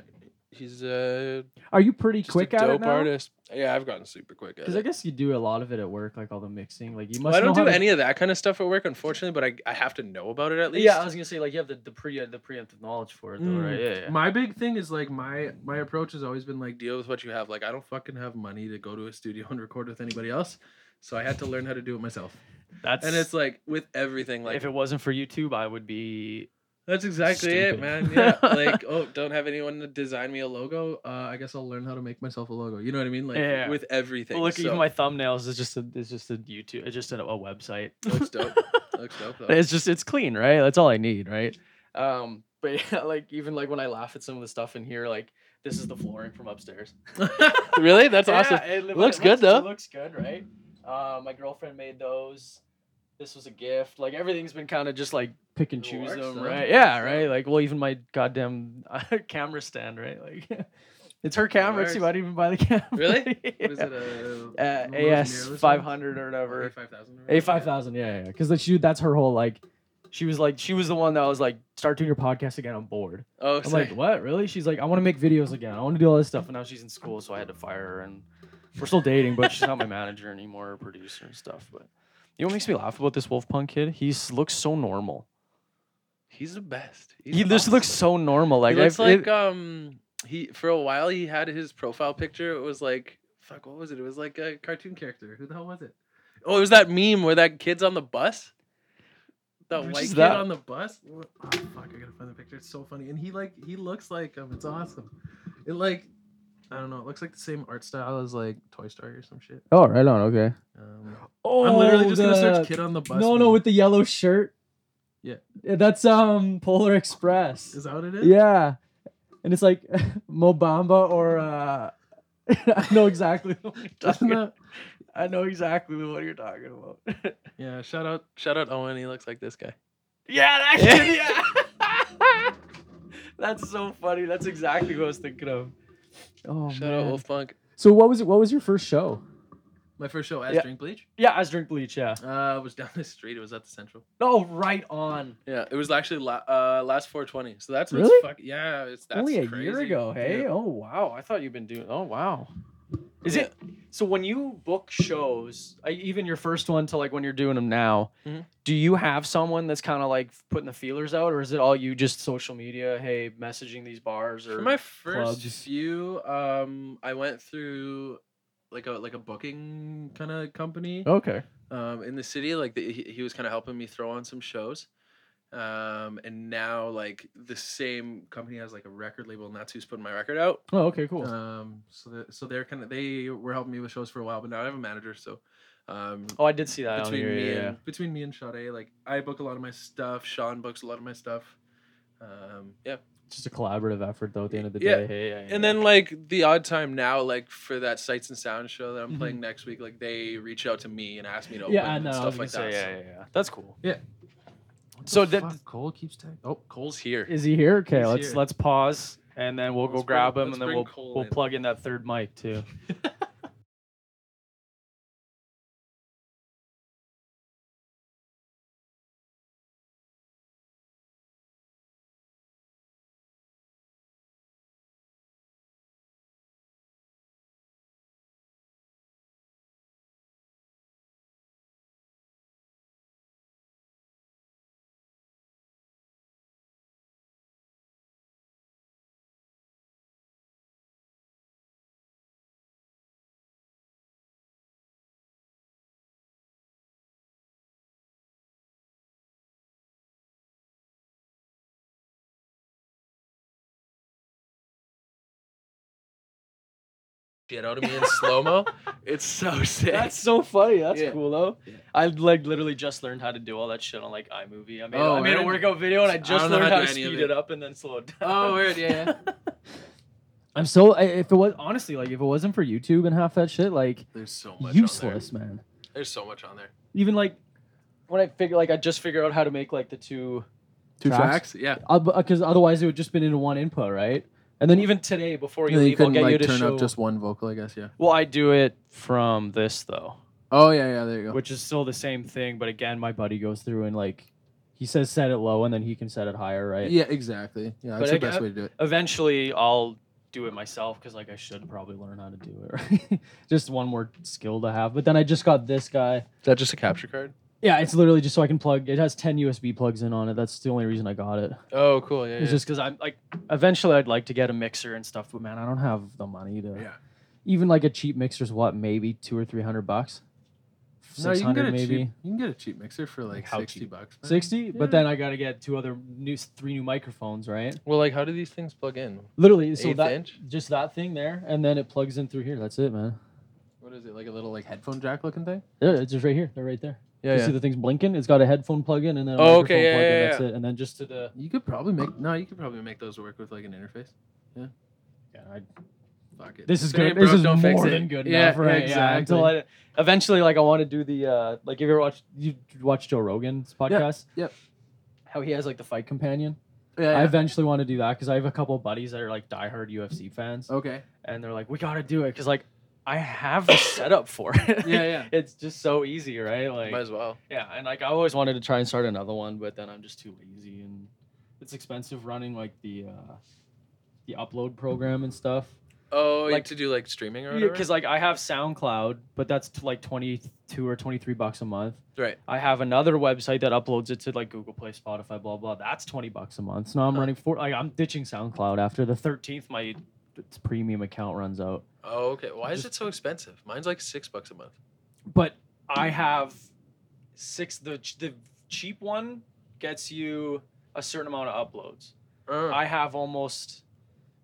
he's uh, Are you pretty just quick a at dope it now? artist. Yeah, I've gotten super quick at Because I it. guess you do a lot of it at work, like all the mixing. Like you must. Well, I know don't do how to- any of that kind of stuff at work, unfortunately, but I, I have to know about it at least. Mm. Yeah, I was gonna say like you have the the pre the preemptive knowledge for it though, right? Yeah, yeah. My big thing is like my my approach has always been like deal with what you have. Like I don't fucking have money to go to a studio and record with anybody else, so I had to learn how to do it myself. That's And it's like with everything, like if it wasn't for YouTube, I would be. That's exactly Stupid. it, man. Yeah. like, oh, don't have anyone to design me a logo. Uh, I guess I'll learn how to make myself a logo. You know what I mean? Like Yeah. with everything. look, so- even my thumbnails is just a it's just a YouTube, it's just a, a website. looks dope. looks dope though. it's just it's clean right that's all i need right um but yeah, like even like when i laugh at some of the stuff in here like this is the flooring from upstairs really? That's Yeah, awesome. it, but looks it good, though. it looks good right uh, my girlfriend made those this was a gift like everything's been kind of just like pick and It choose works, them huh? right yeah So- right like well even my goddamn camera stand right like it's her camera she works. might even buy the camera Really? What is Yeah. it? A, uh, as 500 or whatever A five thousand. a five thousand, yeah, yeah. Because like she, that's her whole like. She was like, she was the one that was like, start doing your podcast again. I'm bored. Oh, I'm like, sick. what? Really? She's like, I want to make videos again. I want to do all this stuff. And now she's in school, so I had to fire her. And we're still dating, but she's not my manager anymore, or producer and stuff. But you know what makes me laugh about this wolf punk kid? He s- looks so normal. He's the best. He's He just looks awesome. so normal. Like, he looks I've- it- like um he for a while he had his profile picture. It was like fuck, what was it? It was like a cartoon character. Who the hell was it? Oh, it was that meme where that kid's on the bus. That Which white is kid that? on the bus. Oh fuck, I gotta find the picture. It's so funny, and he like he looks like him. It's awesome. It like I don't know. It looks like the same art style as like Toy Story or some shit. oh, right on. Okay. Um, Oh, I'm literally just gonna search the- kid on the bus. No, no, meme. with the yellow shirt. Yeah. That's um Polar Express. is that what it is? Yeah. And it's like Mobamba or uh I know exactly what you're Doesn't talking that- I know exactly what you're talking about. Yeah. Shout out, shout out Owen. He looks like this guy. yeah, that kid, yeah. That's so funny. That's exactly what I was thinking of. Oh shout out Wolf Punk. So what was it what was your first show? My first show as Yeah. Drink Bleach. Yeah, I drink bleach, yeah. Uh, it was down the street. It was at the Central. No, right on. Yeah, it was actually la- uh, last 420. So that's what's Really? fuck- yeah, it's that's Only a year crazy. ago, hey? Yeah. Oh wow. I thought you've been doing oh wow. Is Yeah. it so when you book shows, uh, even your first one to like when you're doing them now, Mhm. do you have someone that's kind of like putting the feelers out, or is it all you just social media? Hey, messaging these bars or For my first clubs. few, um, I went through like a like a booking kind of company okay, um in the city. Like the, he, he was kind of helping me throw on some shows. Um, and now like the same company has like a record label, and that's who's putting my record out. oh okay, cool. Um, so the, so they're kind of they were helping me with shows for a while, but now I have a manager, so um, oh, I did see that between on here. me yeah, and between me and Sade, like I book a lot of my stuff. Sean books a lot of my stuff. Um, yeah, just a collaborative effort though at the end of the Yeah, day. Hey, yeah, yeah. And then like the odd time now, like for that Sights and Sound show that I'm playing next week, like they reach out to me and ask me to open Mm-hmm. yeah, I and know. I was stuff gonna like say, that. yeah, yeah, yeah. That's cool. so So that that- Cole keeps tagging. Oh, Cole's here. Is he here? Okay, He's let's here. let's pause and then we'll go Let's bring- grab him let's and then bring we'll Cole we'll in. plug in that third mic too. Get out of me in slow mo. It's so sick. That's so funny. That's Yeah. cool though. Yeah. I like literally just learned how to do all that shit on like iMovie. I made, Oh, I made a right? workout video and I I just don't know learned how to how to, do any of speed it. it up and then slow it down. oh weird, yeah. yeah. I'm so I- if it was honestly like if it wasn't for YouTube and half that shit like There's so much on there. useless man. There's so much on there. Even like when I figure like I just figure out how to make like the two Two Tracks? tracks? Yeah. because otherwise it would just been into one input right. And then even today before you leave I'll get you to show. one vocal, I guess, yeah. well, I do it from this though. Oh yeah, yeah, there you which is still the same thing but again my buddy goes through and like he says set it low and then he can set it higher right Yeah, exactly. Yeah, But that's I the best got- way to do it. eventually i'll do it myself because like i should probably learn how to do it right just one more skill to have but then i just got this guy Is that just a capture card? yeah it's literally just so i can plug it has 10 usb plugs in on it that's the only reason i got it Oh, cool. Yeah. it's just because i'm like eventually i'd like to get a mixer and stuff but man i don't have the money to Yeah. even like a cheap mixer's what maybe two or three hundred bucks No, you can get 600 a maybe cheap. You can get a cheap mixer for like, how sixty cheap? bucks. man. 60 Yeah. but then i gotta get two other new three new microphones right Well, like, how do these things plug in? literally so Eighth that inch? just that thing there and then it plugs in through here that's it man What is it? Like a little like headphone jack looking thing? yeah it's just right here they're right there Yeah. you see the things blinking it's got a headphone plug in and then a Oh, microphone okay, yeah, plug in yeah, that's yeah. it and then just to the You could probably make. No, you could probably make those work with like an interface. yeah, I, Fuck it. this is If it good ain't this broke, is don't fix more it. than good Yeah, enough right yeah, until I, eventually like i want to do the uh like have you ever watched you watch joe rogan's podcast yep. how he has like the fight companion Yeah. i yeah. eventually want to do that because i have a couple buddies that are like diehard ufc fans Okay. and they're like, we gotta do it because like I have the setup for it. Yeah, yeah. it's just so easy, right? Like, Might as well. yeah, and like I always wanted to try and start another one, but then I'm just too lazy and it's expensive running like the uh, the upload program and stuff. Oh, like Like- to do like streaming or whatever. Because like I have SoundCloud, but that's t- like twenty two or twenty three bucks a month. Right. I have another website that uploads it to like Google Play, Spotify, blah blah. That's twenty bucks a month. So now I'm Huh. running four. Like I'm ditching SoundCloud after the thirteenth. My premium account runs out. Oh, okay. Why is Just- it so expensive? Mine's like six bucks a month. but I have six. The ch- the cheap one gets you a certain amount of uploads. Uh, I have almost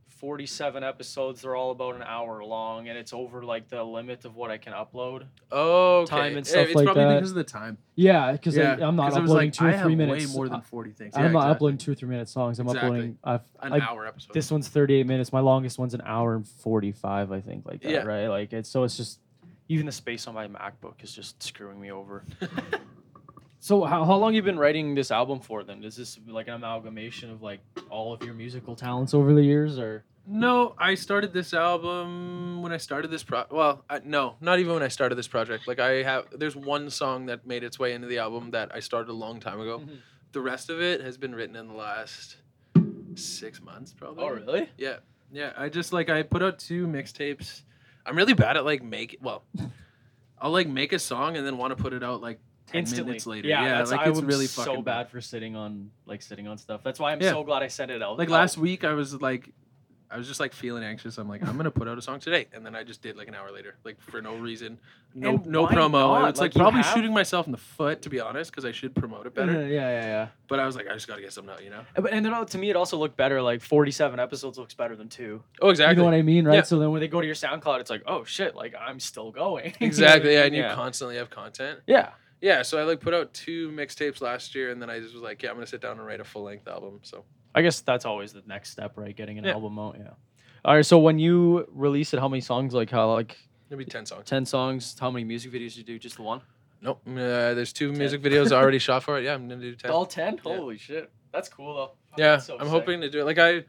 forty seven episodes. They're all about an hour long, and it's over like the limit of what I can upload. oh, okay. Time and Eh, stuff it's like probably that. Because of the time. Yeah, because Yeah, I'm not 'cause I was uploading like, two or I three have minutes. way more than forty things. I'm Yeah, not exactly. uploading two or three minute songs. I'm Exactly. uploading. I've, an like, hour episode. this one's 38 minutes. My longest one's an hour and 45, I think, like that, Yeah. right? Like it's so it's just even the space on my MacBook is just screwing me over. so how, how long you been writing this album for then? Is this like an amalgamation of like all of your musical talents over the years or No, I started this album when I started this pro. Well, I, no, not even when I started this project. Like I have, there's one song that made its way into the album that I started a long time ago. Mhm. The rest of it has been written in the last six months, probably. Oh, really? Yeah, yeah. I just like I put out two mixtapes. I'm really bad at like make. Well, I'll like make a song and then want to put it out like ten Instantly. minutes later. Yeah, that's, like I it's am really so fucking bad for sitting on like sitting on stuff. That's why I'm Yeah. so glad I sent it out. Like last week, I was like, I was just like feeling anxious. I'm like, I'm gonna put out a song today, and then I just did like an hour later, like for no reason, no And no why promo. not? It's like, Like, you probably have- shooting myself in the foot to be honest, because I should promote it better. yeah, yeah, yeah. But I was like, I just gotta get something out, you know? But- And then uh, to me, it also looked better. Like 47 episodes looks better than two. Oh, exactly. You know what I mean, right? Yeah. So then when they go to your SoundCloud, it's like, oh shit, like I'm still going. exactly. Yeah, and you yeah. constantly have content. yeah. Yeah, so I like put out two mixtapes last year, and then I just was like, yeah, I'm gonna sit down and write a full length album. So I guess that's always the next step, right? Getting an Yeah. album out. Yeah. All right. So when you release it, how many songs? Like how like It'll be ten songs. ten songs? How many music videos you do? Just the one? Nope. Uh, there's two music videos already shot for it. Yeah, I'm gonna do ten. All ten? Yeah. Holy shit! That's cool though. Fuck, yeah, that's so I'm sick. hoping to do it. Like I,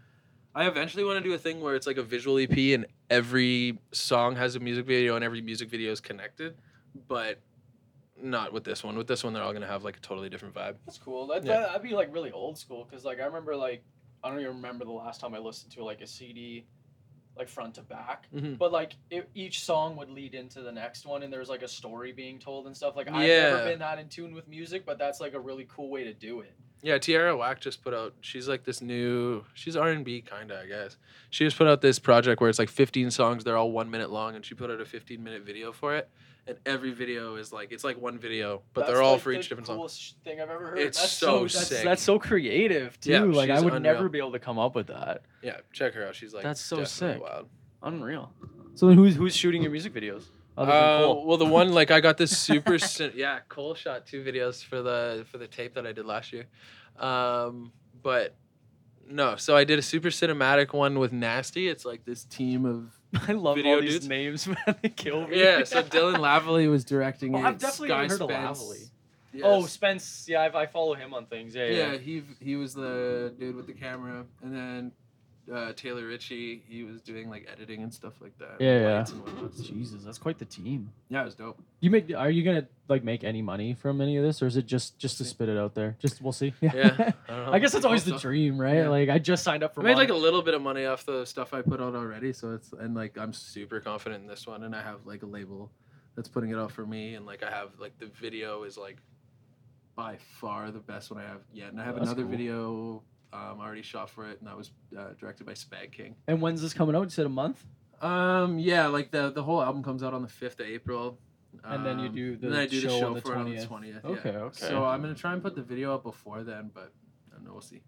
I eventually want to do a thing where it's like a visual EP and every song has a music video and every music video is connected, but not with this one. With this one, they're all gonna have like a totally different vibe. That's cool. That'd, Yeah. that'd be like really old school because like I remember like I don't even remember the last time I listened to like a CD, like front to back. Mhm. But like it, each song would lead into the next one, and there's like a story being told and stuff. Like I've never Yeah. been that in tune with music, but that's like a really cool way to do it. Yeah, Tiara Whack just put out. She's like this new. She's R and B kind of, I guess. She just put out this project where it's like 15 songs. They're all one minute long, and she put out a 15 minute video for it. And every video is like it's like one video, but That's, they're all like, for the each different song. coolest sh- thing I've ever heard. It's that's so that's, sick. That's so creative too. Yeah, like I she's would never unreal. be able to come up with that. Yeah, check her out. She's like That's so definitely sick. Wild. Unreal. Oh, So then who's who's shooting your music videos? Other than Uh, Cole. well, the one like I got this super sin- yeah. Cole shot two videos for the for the tape that I did last year, um, but no. So I did a super cinematic one with Nasty. It's like this Team of I love video all these dudes. names, man. They kill me. yeah. So Dylan Lavallee. Lavely was directing Well, it. Oh, I've definitely Sky heard of Spence. Lavely. Oh, Yes. Spence. Yeah, I, I follow him on things. Yeah, yeah. Yeah, he he was the dude with the camera, and then uh, Taylor Ritchie. He was doing like editing and stuff like that. Yeah, yeah. lights and whatnot, so- Jesus, that's quite the team. yeah, it was dope. You make? Are you gonna like make any money from any of this, or is it just just to spit it out there? Just we'll see. Yeah, I, don't know. I guess that's always hope the so. dream, right? Yeah. Like I just signed up I for. made mine. like a little bit of money off the stuff I put out already. already, so it's and like I'm s- super confident in this one and I have like a label that's putting it out for me and like I have like the video is like by far the best one I have yet, and I have That's another cool. video um, already shot for it, and that was uh, directed by Spag King. and when's this coming out? You said a month. Um, yeah, like the the whole album comes out on the fifth of April, And then you um, do and the then I do show the show on the for it on the 20th. twentieth. Okay, yeah. okay. So I'm gonna try and put the video up before then, but I don't know, we'll see.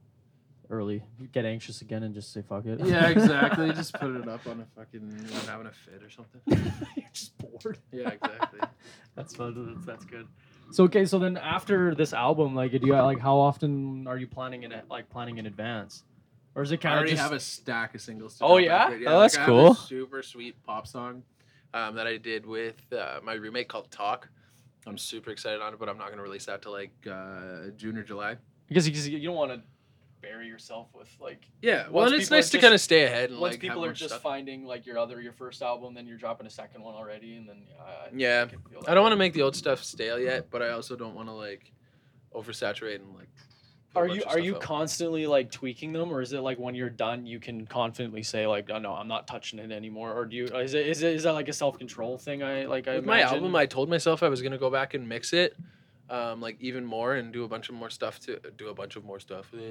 Early. Get anxious again and just say fuck it. Yeah, exactly. Just put it up on a fucking I'm having a fit or something. You're just bored. Yeah, exactly. That's fun. That's, that's good. So okay, so then after this album, like, do you like how often are you planning in it? Like planning in advance, or is it I kind of already just? have a stack of singles. Oh, drop yeah? after it. Oh, that's I have cool. a super sweet pop song. um, that I did with uh, my roommate called Talk. I'm super excited on it, but I'm not gonna release that till like uh, June or July. Because, because you don't want to bury yourself with like. Yeah, well, Once and it's people are nice to just- kind of stay ahead and once like people have are more just stuff. finding like your other your first album, then you're dropping a second one already, and then yeah. I- Yeah, I, can feel I don't want to make the old stuff stale yet, but I also don't want to like oversaturate and like. put a Are bunch you of are stuff you out. constantly like tweaking them, or is it like when you're done, you can confidently say like, oh, no, I'm not touching it anymore, or do you? Is it is, it, is that like a self control thing? I like I With my imagine? album, I told myself I was gonna go back and mix it, um, like even more and do a bunch of more stuff to do a bunch of more stuff.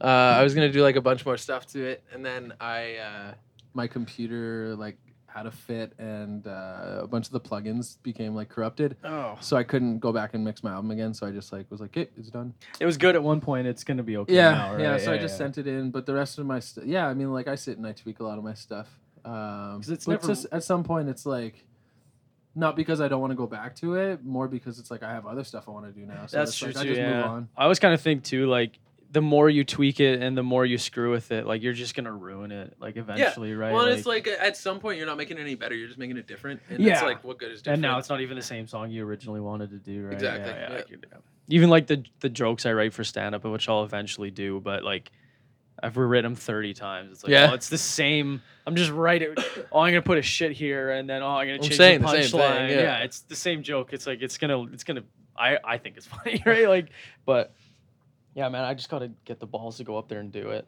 Uh, I was gonna do like a bunch more stuff to it, and then I uh, My computer like had a fit, and uh, a bunch of the plugins became like corrupted, oh, so I couldn't go back and mix my album again. So I just like was like, "Hey, it's done." It was good at one point. It's gonna be okay. Yeah, now, right? yeah. So I just yeah. sent it in, but the rest of my st- yeah, I mean, like I sit and I tweak a lot of my stuff. Um, 'Cause it's but never- just at some point, it's like. Not because I don't want to go back to it, more because it's like I have other stuff I want to do now. So That's it's true like, I too, just yeah. move on. I always kind of think too like the more you tweak it and the more you screw with it, like you're just gonna ruin it like eventually, right? Well, and it's like at some point you're not making it any better. You're just making it different. And Yeah. It's like what good is different. And now it's not even the same song you originally wanted to do, right? Exactly, Yeah, yeah, yeah. I could- yeah. even like the the jokes I write for stand up, which I'll eventually do, but like I've rewritten them 30 times. It's like, Yeah. oh, it's the same. I'm just writing, oh, I'm going to put a shit here and then, oh, I'm going I'm to change saying the the same thing, punchline. yeah. yeah. it's the same joke. It's like, it's going to, it's going to, I, I think it's funny, right? Like, but yeah, man, I just got to get the balls to go up there and do it.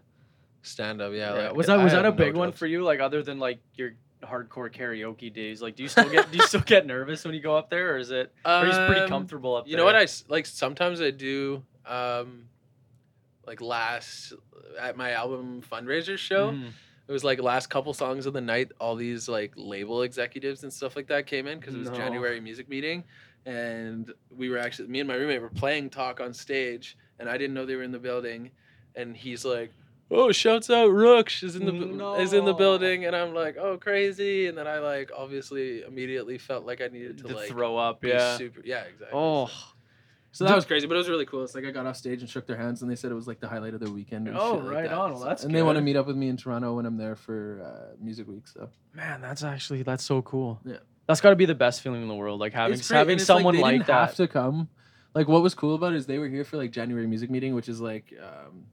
stand up. Yeah. Yeah. like, was that, I was that a have no big one jokes. for you? Like, other than like your hardcore karaoke days, like, do you still get, do you still get nervous when you go up there or is it, or are you just pretty Um, comfortable up You there? know what I s- like? Sometimes I do. Um, like last at my album fundraiser show, Mhm. it was like last couple songs of the night. All these like label executives and stuff like that came in because it was No. January music meeting, and we were actually me and my roommate were playing talk on stage, and I didn't know they were in the building, and he's like. Oh, shouts out Rooks is in the bu- is in the No. building, and I'm like, oh, crazy, and then I like obviously immediately felt like I needed to, to like throw up, be yeah. super, yeah, exactly. Oh, So that was crazy, but it was really cool. It's like I got off stage and shook their hands, and they said it was like the highlight of their weekend. and Oh, shit like right that. on. Well, So- that's and they want to good. meet up with me in Toronto when I'm there for uh, Music Week. So Man, that's actually that's so cool. Yeah. That's got to be the best feeling in the world. Like having It's great, having and it's, someone they like, didn't that. have to come. Like what was cool about it is they were here for like January music meeting, which is like um,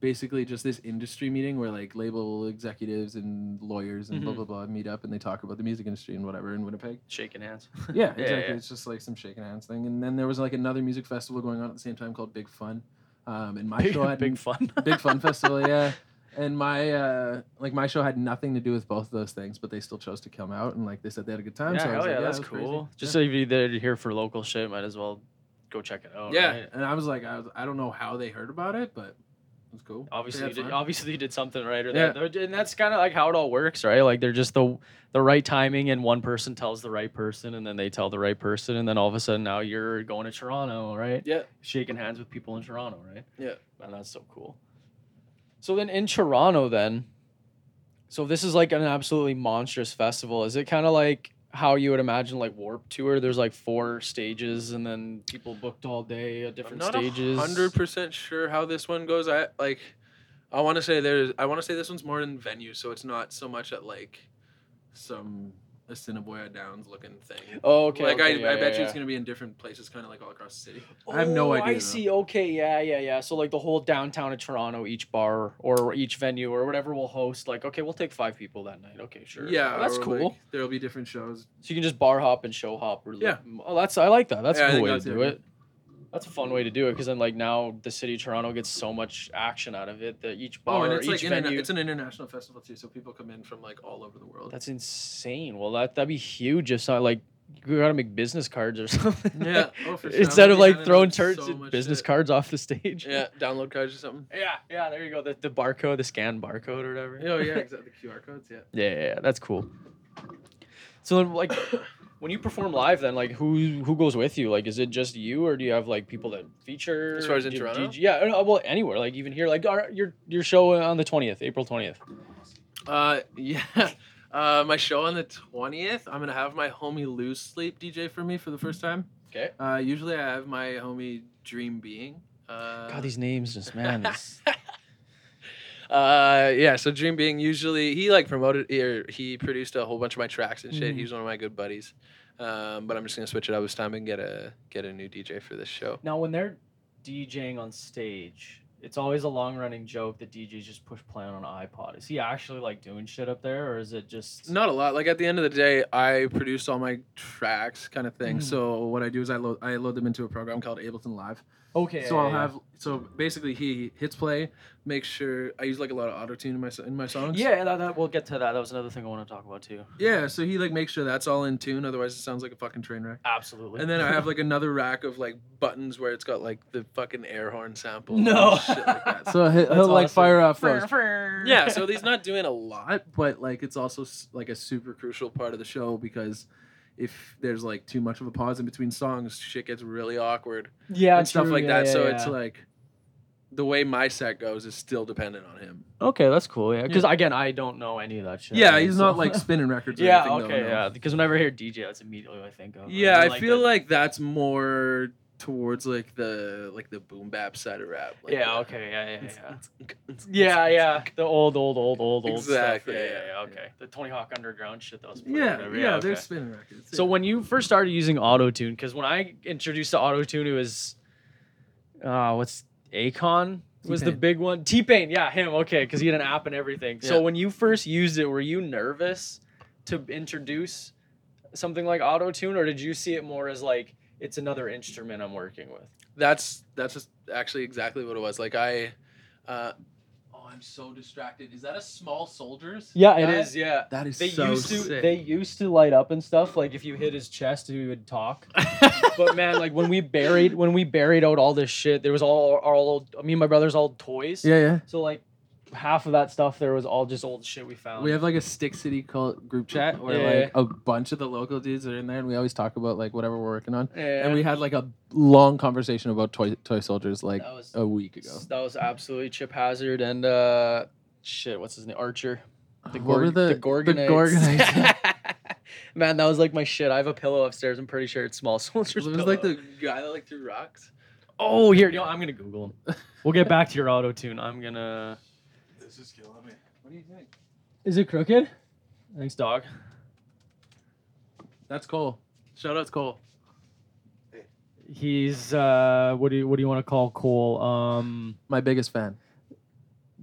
basically just this industry meeting where like label executives and lawyers and Mm-hmm. blah blah blah meet up and they talk about the music industry and whatever in Winnipeg. Shaking hands. Yeah, Yeah, exactly. yeah. It's just like some shaking hands thing. And then there was like another music festival going on at the same time called Big Fun. Um, and my Big, show had big fun. Big Fun Festival, yeah. And my uh, like my show had nothing to do with both of those things, but they still chose to come out and like they said they had a good time. yeah, so I hell was like, yeah, that's it was crazy." cool. Yeah. Just so if you're there to hear for local shit, might as well go check it out. Yeah, right? and I was like, I, was, I don't know how they heard about it, but it was cool. Obviously, They you had did, fun. obviously you did something right, or yeah. and that's kind of like how it all works, right? Like they're just the the right timing, and one person tells the right person, and then they tell the right person, and then all of a sudden now you're going to Toronto, right? Yeah. shaking hands with people in Toronto, right? Yeah. man, that's so cool. So then in Toronto, then, so this is like an absolutely monstrous festival. Is it kind of like how you would imagine like Warp Tour? There's like four stages, and then people booked all day at different stages. Hundred percent sure how this one goes. I like. I want to say there's. I want to say this one's more in venue, so it's not so much at like some Assiniboia Downs looking thing. Oh, okay. like okay, I, I yeah, bet yeah, you yeah. it's gonna be in different places, kind of like all across the city. I have no Oh, idea, I though. see. Okay. Yeah. Yeah. Yeah. So like the whole downtown of Toronto, each bar or each venue or whatever will host. Like, okay, we'll take five people that night. Okay, sure. Yeah, that's or, cool. like, There'll be different shows. so you can just bar hop and show hop. Or Yeah. Oh, that's I like that. That's Yeah, I a cool think way to that's do it. it. That's a fun way to do it because then like now the city of Toronto gets so much action out of it that each bar, oh, and it's like each interna- venue. it's an international festival too, so people come in from like all over the world. that's insane. Well, that that'd be huge if so, like you gotta make business cards or something. Yeah, oh, for sure. Instead of Yeah, like I know, throwing so turds and much business shit. cards off the stage. yeah, download cards or something. Yeah, yeah, there you go. The, the barcode, the scan barcode or whatever. Oh yeah, exactly. The QR codes. Yeah. yeah, yeah, yeah, that's cool. So then like when you perform live then like who who goes with you? Like is it just you or do you have like people that feature As far as in do- do- Toronto? yeah, no, well anywhere, like even here like our, your your show on the 20th, April 20th. Uh, yeah. Uh, my show on the twentieth. I'm gonna have my homie Lou sleep DJ for me for the first time. Okay. Uh, usually I have my homie Dream Being. Uh, God, these names just man. it's- Uh, yeah. So Dream Being usually he like promoted or he produced a whole bunch of my tracks and shit. Mhm. He's one of my good buddies. Um, but I'm just gonna switch it up this time and get a get a new DJ for this show. now when they're DJing on stage, it's always a long running joke that DJs just push play on an iPod. Is he actually like doing shit up there or is it just Not a lot. Like at the end of the day, I produce all my tracks, kind of thing. Mhm. So what I do is I load I load them into a program called Ableton Live. Okay. So I'll yeah, yeah. have so basically he hits play, makes sure I use like a lot of auto tune in my s- in my songs. Yeah, that, that, we'll get to that. That was another thing I want to talk about too. yeah. So he like makes sure that's all in tune. Otherwise, it sounds like a fucking train wreck. Absolutely. And then I have like another rack of like buttons where it's got like the fucking air horn sample. No. and shit like that. So, So he- he'll like awesome. fire off those. yeah. So he's not doing a lot, But like it's also s- like a super crucial part of the show because if there's like too much of a pause in between songs, shit gets really awkward yeah, and stuff like that. so it's like the way my set goes is still dependent on him. okay, that's cool. Yeah, because again, I don't know any of that shit. Yeah, right, he's so- not like spinning records. Or yeah, anything, okay, though, no. yeah. Because whenever I hear DJ, that's immediately what I think of. right? Yeah, I Uh-huh. Like feel the- like that's more towards like the like the boom bap side of rap. Like yeah, uh, the- okay, yeah, yeah, yeah. Yeah, yeah. The old, old, old, old, old Exactly, stuff. Yeah, yeah, yeah, yeah. Okay. The Tony Hawk Underground shit that was played. Yeah, whenever- yeah, they're okay. spinning records. So yeah. when you first started using auto tune, because when I introduced to auto tune, it was, uh, what's Akon was the T-Pain. big one. T Pain, yeah, him. Okay, because he had an app and everything. So Yeah. when you first used it, were you nervous to introduce something like auto tune, or did you see it more as like it's another instrument I'm working with? that's that's just actually exactly what it was. Like I, uh, oh, I'm so distracted. Is that a small soldiers? Yeah, it it is, is. Yeah. that is They so used to sick. they used to light up and stuff. Like if you hit his chest, he would talk. but man, like when we buried when we buried out all this shit, there was all our old me and my brother's old toys. yeah, yeah. So like half of that stuff there was all just old shit we found. We have like a Stick City cult group chat where Yeah. like a bunch of the local dudes are in there, and we always talk about like whatever we're working on. yeah. And we had like a long conversation about toy toy soldiers like that was oh, a week ago. that was absolutely Chip Hazard and uh shit, what's his name? Archer. The What were Gorg- the the Gorgonites. Gorgonites? Man, that was like my shit. I have a pillow upstairs. I'm pretty sure it's small It soldiers. was like the guy that like threw rocks. oh here, you know, I'm gonna Google them. We'll get back to your auto tune. I'm gonna. This is killing me. What do you think? Is it crooked? Thanks, dog. That's Cole. Shout out to Cole. He's uh, what do you what do you want to call Cole? Um, My biggest fan.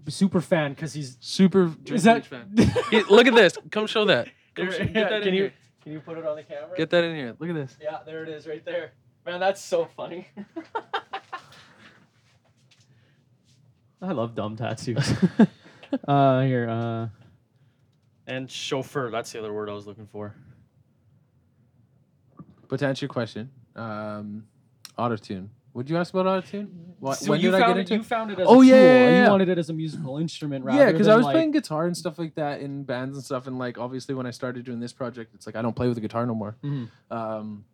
Super fan because he's. Super. Is that? fan. Hey, look at this. Come show that. Come Here, sh- get yeah, that in can you here. can you put it on the camera? Get that in here. Look at this. yeah, there it is, right there. Man, that's so funny. I love dumb tattoos. uh, here. Uh, and chauffeur. That's the other word I was looking for. But to answer your question, um, autotune. Would you ask about autotune? What, So you found it. You found it as Oh, a yeah, tool, yeah, and yeah. You wanted it as a musical instrument rather. yeah, because I than, was like- playing guitar and stuff like that in bands and stuff, and like obviously when I started doing this project, it's like I don't play with a guitar no more. Mhm. Um,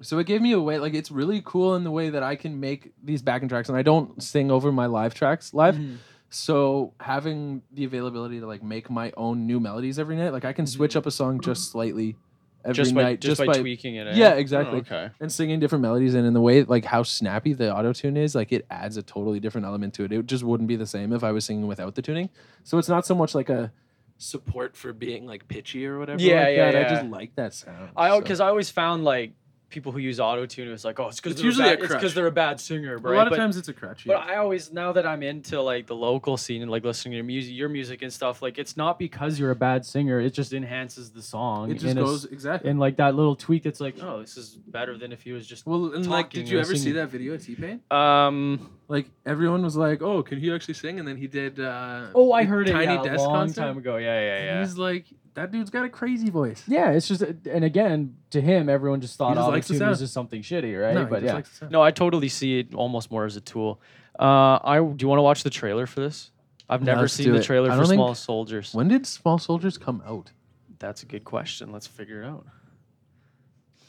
so it gave me a way. Like it's really cool in the way that I can make these backing tracks, and I don't sing over my live tracks live. Mm-hmm. So having the availability to like make my own new melodies every night, like I can switch up a song just slightly every Mm-hmm. just by night, just, by, tweaking it. eh? Yeah, Oh, exactly. okay. and singing different melodies and in the way like how snappy the auto tune is like it adds a totally different element to it it just wouldn't be the same if i was singing without the tuning so it's not so much like a support for being like pitchy or whatever Yeah, like yeah, that. i just yeah. like that sound I so. because I always found like people who use auto tune. It's like oh, it's because It's usually a because crutch. they're a bad singer. a Bro. lot of But- times it's a crutch But I always now that I'm into like the local scene and like listening to your music, your music and stuff, like it's not because you're a bad singer. It just enhances the song. it just and it's- goes exactly and like that little tweak. That's like, oh, this is better than if he was just. well and like did talking you or ever see singing. that video of t-pain Um. like everyone was like oh can he actually sing and then he did uh Oh, I the heard it tiny yeah, a desk long concert. time Time ago, yeah, yeah, and yeah. he's like that dude's got a crazy voice Yeah, it's just, and again, to him, everyone just thought just likes the autotune sound. was just something shitty, right? No, he but just yeah, likes the sound. No, I totally see it almost more as a tool. Uh, I do you want to watch the trailer for this? I've Yeah, never let's seen do the it. trailer I for don't think- Small Soldiers. when did small soldiers come out That's a good question. Let's figure it out.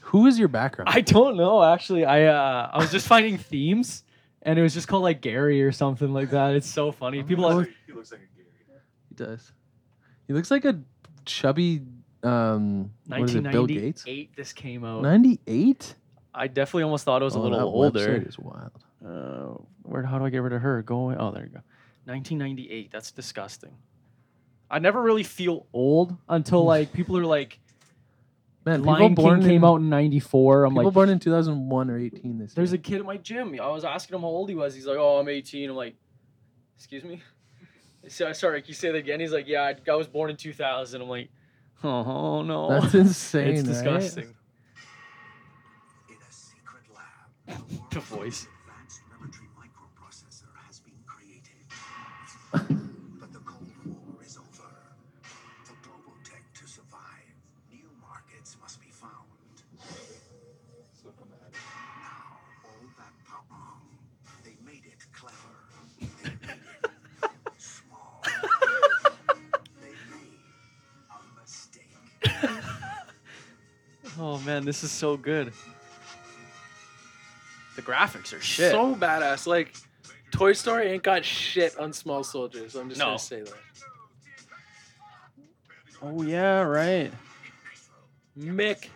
who is your background I don't know actually. I uh, I was just finding themes, and it was just called like Gary or something like that. It's so Oh, funny. People he are looks like, he looks like a Gary. He does. He looks like a chubby um what is it, Bill Gates? 1998. This came out. Ninety eight? I definitely almost thought it was a little Oh, that older. website is wild. Uh, where? How do I get rid of her? Go away. Oh, there you go. 1998. That's disgusting. I never really feel old until like people are like, Man, Lion people King born came in, out in '94. I'm People like, born in two thousand one or eighteen this there's a year. kid at my gym. I was asking him how old he was. He's like, oh, I'm 18. I'm like, excuse me. So sorry, can you say that again? He's like, yeah, I, I was born in 2000. I'm like, oh no, That's insane. it's right? disgusting. In a secret lab, the, The world's voice. advanced military microprocessor has been created. but the Cold War is over. The global tech to survive, new markets must be found. Now, all that power, they made it clever. They made it small. they made a mistake. Oh man, this is so good. The graphics are shit. So badass. Like Toy Story ain't got shit on small soldiers. I'm just No. gonna say that. oh yeah, right. Mick.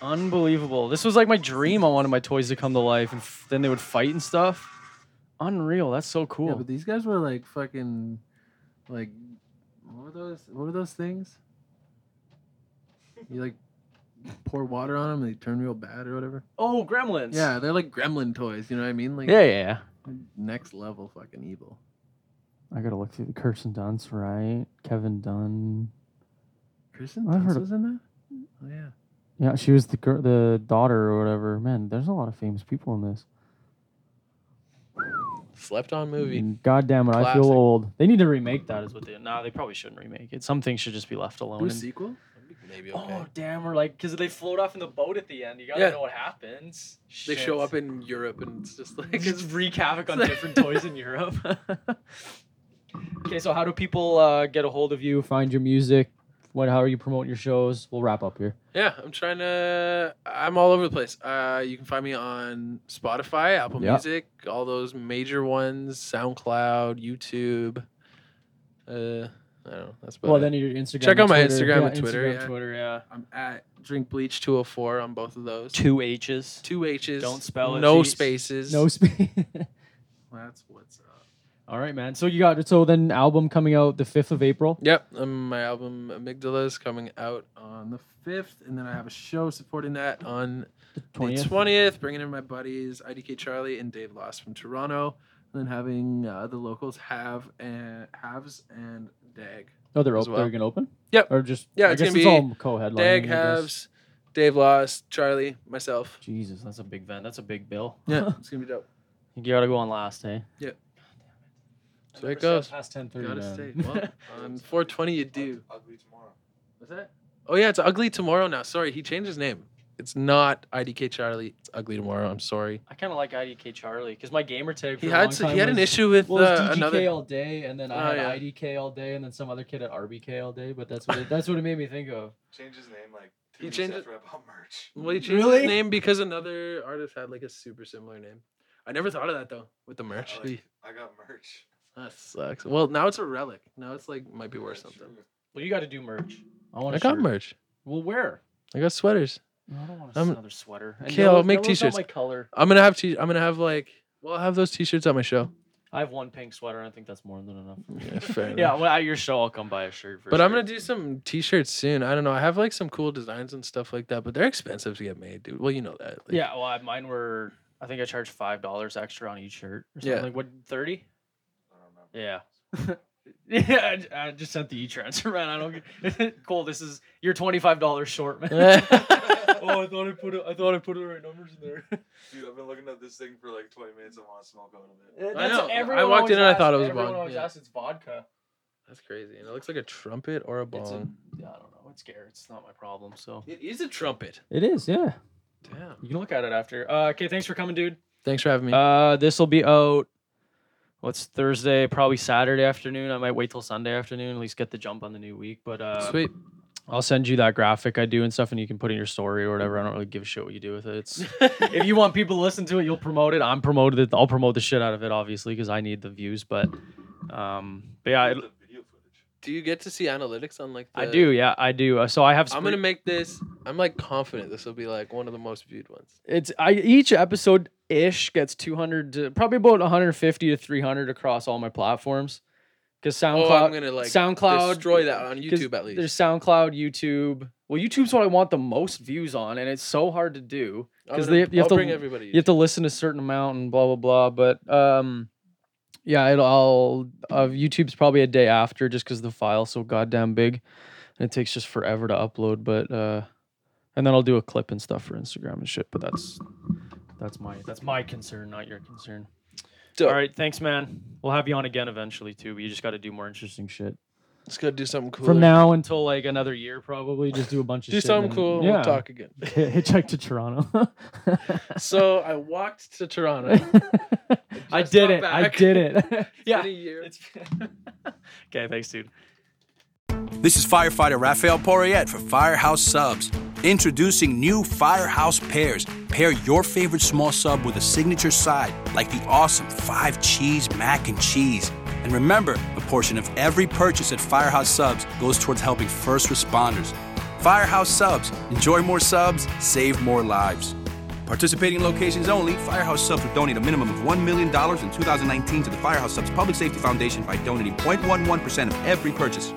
Unbelievable. This was like my dream. I wanted my toys to come to life, and f- then they would fight and stuff. Unreal. That's so cool. Yeah, but these guys were like fucking like what were those what were those things? You like pour water on them and they turn real bad or whatever. oh, Gremlins. Yeah, they're like gremlin toys, you know what I mean? Like Yeah, yeah, yeah. next level fucking evil. I gotta look through the Kirsten Dunst, right? Kevin Dunn. Kirsten I've heard Dunst of- was in that? Oh yeah. Yeah, she was the girl, the daughter or whatever. Man, there's a lot of famous people in this. Slept on movie. And God damn it, I Classic. feel old. They need to remake that, is what they. Nah, they probably shouldn't remake it. Some things should just be left alone. Do a and- sequel? Maybe okay. Oh damn! Or like, cause they float off in the boat at the end. You gotta Yeah. know what happens. they show Shit. up in Europe and it's just like just wreak havoc on different toys in Europe. okay, so how do people uh, get a hold of you? find your music. What? How are you promoting your shows? We'll wrap up here. Yeah, I'm trying to. I'm all over the place. Uh, you can find me on Spotify, Apple Yeah. Music, all those major ones, SoundCloud, YouTube, Uh, I don't know. That's about Well, it. then your Instagram. Check and out my Twitter. Instagram Yeah, and Twitter, Instagram, yeah. Twitter, yeah. I'm at drink bleach 204 on both of those. Two H's. Two H's. Don't spell it, No geez. spaces. No space. That's what's up. All right, man. So you got so then album coming out the fifth of April. Yep. Um, my album Amygdala is coming out On on the fifth, and then I have a show supporting that on Twentieth. the 20th, bringing in my buddies IDK Charlie and Dave Lost from Toronto, and then having uh, the locals have and halves and Dag. Oh, they're as open. They're well. gonna open. Yep. Or just Yeah, I it's guess gonna it's be all co-headlining. Dag I guess. Halves, Dave Lost, Charlie, myself. Jesus, that's a big event. That's a big bill. Yeah, it's gonna be dope. You gotta go on last, eh? So it goes. Past ten thirty. Gotta stay. Well, on 420 you do. Ugly tomorrow. What's that? Oh yeah, it's Ugly Tomorrow now. Sorry, he changed his name. It's not IDK Charlie. It's Ugly Tomorrow. I'm sorry. I kind of like IDK Charlie because my gamer tag. For He a long had time he had an was- issue with Well, it's uh, DGK another. all day, and then Oh, I had yeah. IDK all day, and then some other kid at RBK all day. But that's what it, that's what it made me think of. Change his name like He two weeks changed it- after I bought merch. Well, he changed Really? his name because another artist had like a super similar name. I never thought of that though with the merch. I, like- I got merch. That sucks. Well, now it's a relic. Now it's like might be worth That's something. true. Well, you got to do merch. I want. I got merch. Well, where? I got sweaters. No, I don't want I'm- another sweater. And Okay, I'll yellow- make yellow's not t-shirts. My color. I'm gonna have t. I'm gonna have like. Well, I'll have those t-shirts at my show. I have one pink sweater, and I think that's more than enough. Yeah, fair Yeah, enough. well, at your show, I'll come buy a shirt for But I'm gonna do some t-shirts soon. I don't know. I have like some cool designs and stuff like that, but they're expensive to get made, dude. Well, you know that. Like, yeah, well, I- mine were. I think I charged five dollars extra on each shirt. Or something. Yeah. Like what? Thirty? I don't remember. Yeah. yeah. I, I just sent the e-transfer, man. I don't. Get... Cole, this is you're twenty five dollars short, man. Oh, I thought I put I thought I put the right numbers in there. Dude, I've been looking at this thing for like 20 minutes. I want to smoke out of it. That's know. I everyone walked always in and I asks- thought it was everyone vodka. always Yeah. asks, it's vodka. That's crazy. And it looks like a trumpet or a It's a, I bong. don't know. It's Garrett. It's not my problem. So It is a trumpet. It is, yeah. Damn. you can look at it after. Uh, okay, thanks for coming, dude. Thanks for having me. Uh, this will be out. What's Thursday? Probably Saturday afternoon. I might wait till Sunday afternoon. At least get the jump on the new week. But uh, Sweet. I'll send you that graphic I do and stuff, and you can put in your story or whatever. I don't really give a shit what you do with it. It's if you want people to listen to it, you'll promote it. I'm promoted it. I'll promote the shit out of it, obviously, because I need the views. But, um, but yeah, I, the video footage. Do you get to see analytics on like? The... I do. Yeah, I do. Uh, so I have. I'm gonna make this. I'm like confident this will be like one of the most viewed ones. It's I each episode ish gets 200 to probably about 150 to 300 across all my platforms because SoundCloud. Oh, I'm gonna like SoundCloud destroy that on 'cause YouTube at least. There's SoundCloud, YouTube. Well, YouTube's what I want the most views on, and it's so hard to do. I'm 'cause gonna- they- you have I'll to- bring everybody. You have to listen to a certain amount and blah blah blah. But um, yeah, it'll I'll, uh, YouTube's probably a day after just because the file's so goddamn big, and it takes just forever to upload. But uh, and then I'll do a clip and stuff for Instagram and shit. But that's that's my that's my concern, not your concern. Dope. All right, thanks, man. We'll have you on again eventually too, but you just got to do more interesting shit. Let's go do something cool. From now until like another year, probably just do a bunch of do shit something and- cool. Yeah. We'll talk again. Hitchhike to Toronto. so I walked to Toronto. I just did got it. I back. did it. yeah. It's okay, thanks, dude. This is firefighter Raphael Porriette for Firehouse Subs. Introducing new Firehouse Pairs. Pair your favorite small sub with a signature side, like the awesome five cheese mac and cheese. And remember, a portion of every purchase at Firehouse Subs goes towards helping first responders. Firehouse Subs. Enjoy more subs, save more lives. Participating locations only, Firehouse Subs will donate a minimum of $1 million in 2019 to the Firehouse Subs Public Safety Foundation by donating 0.11% of every purchase.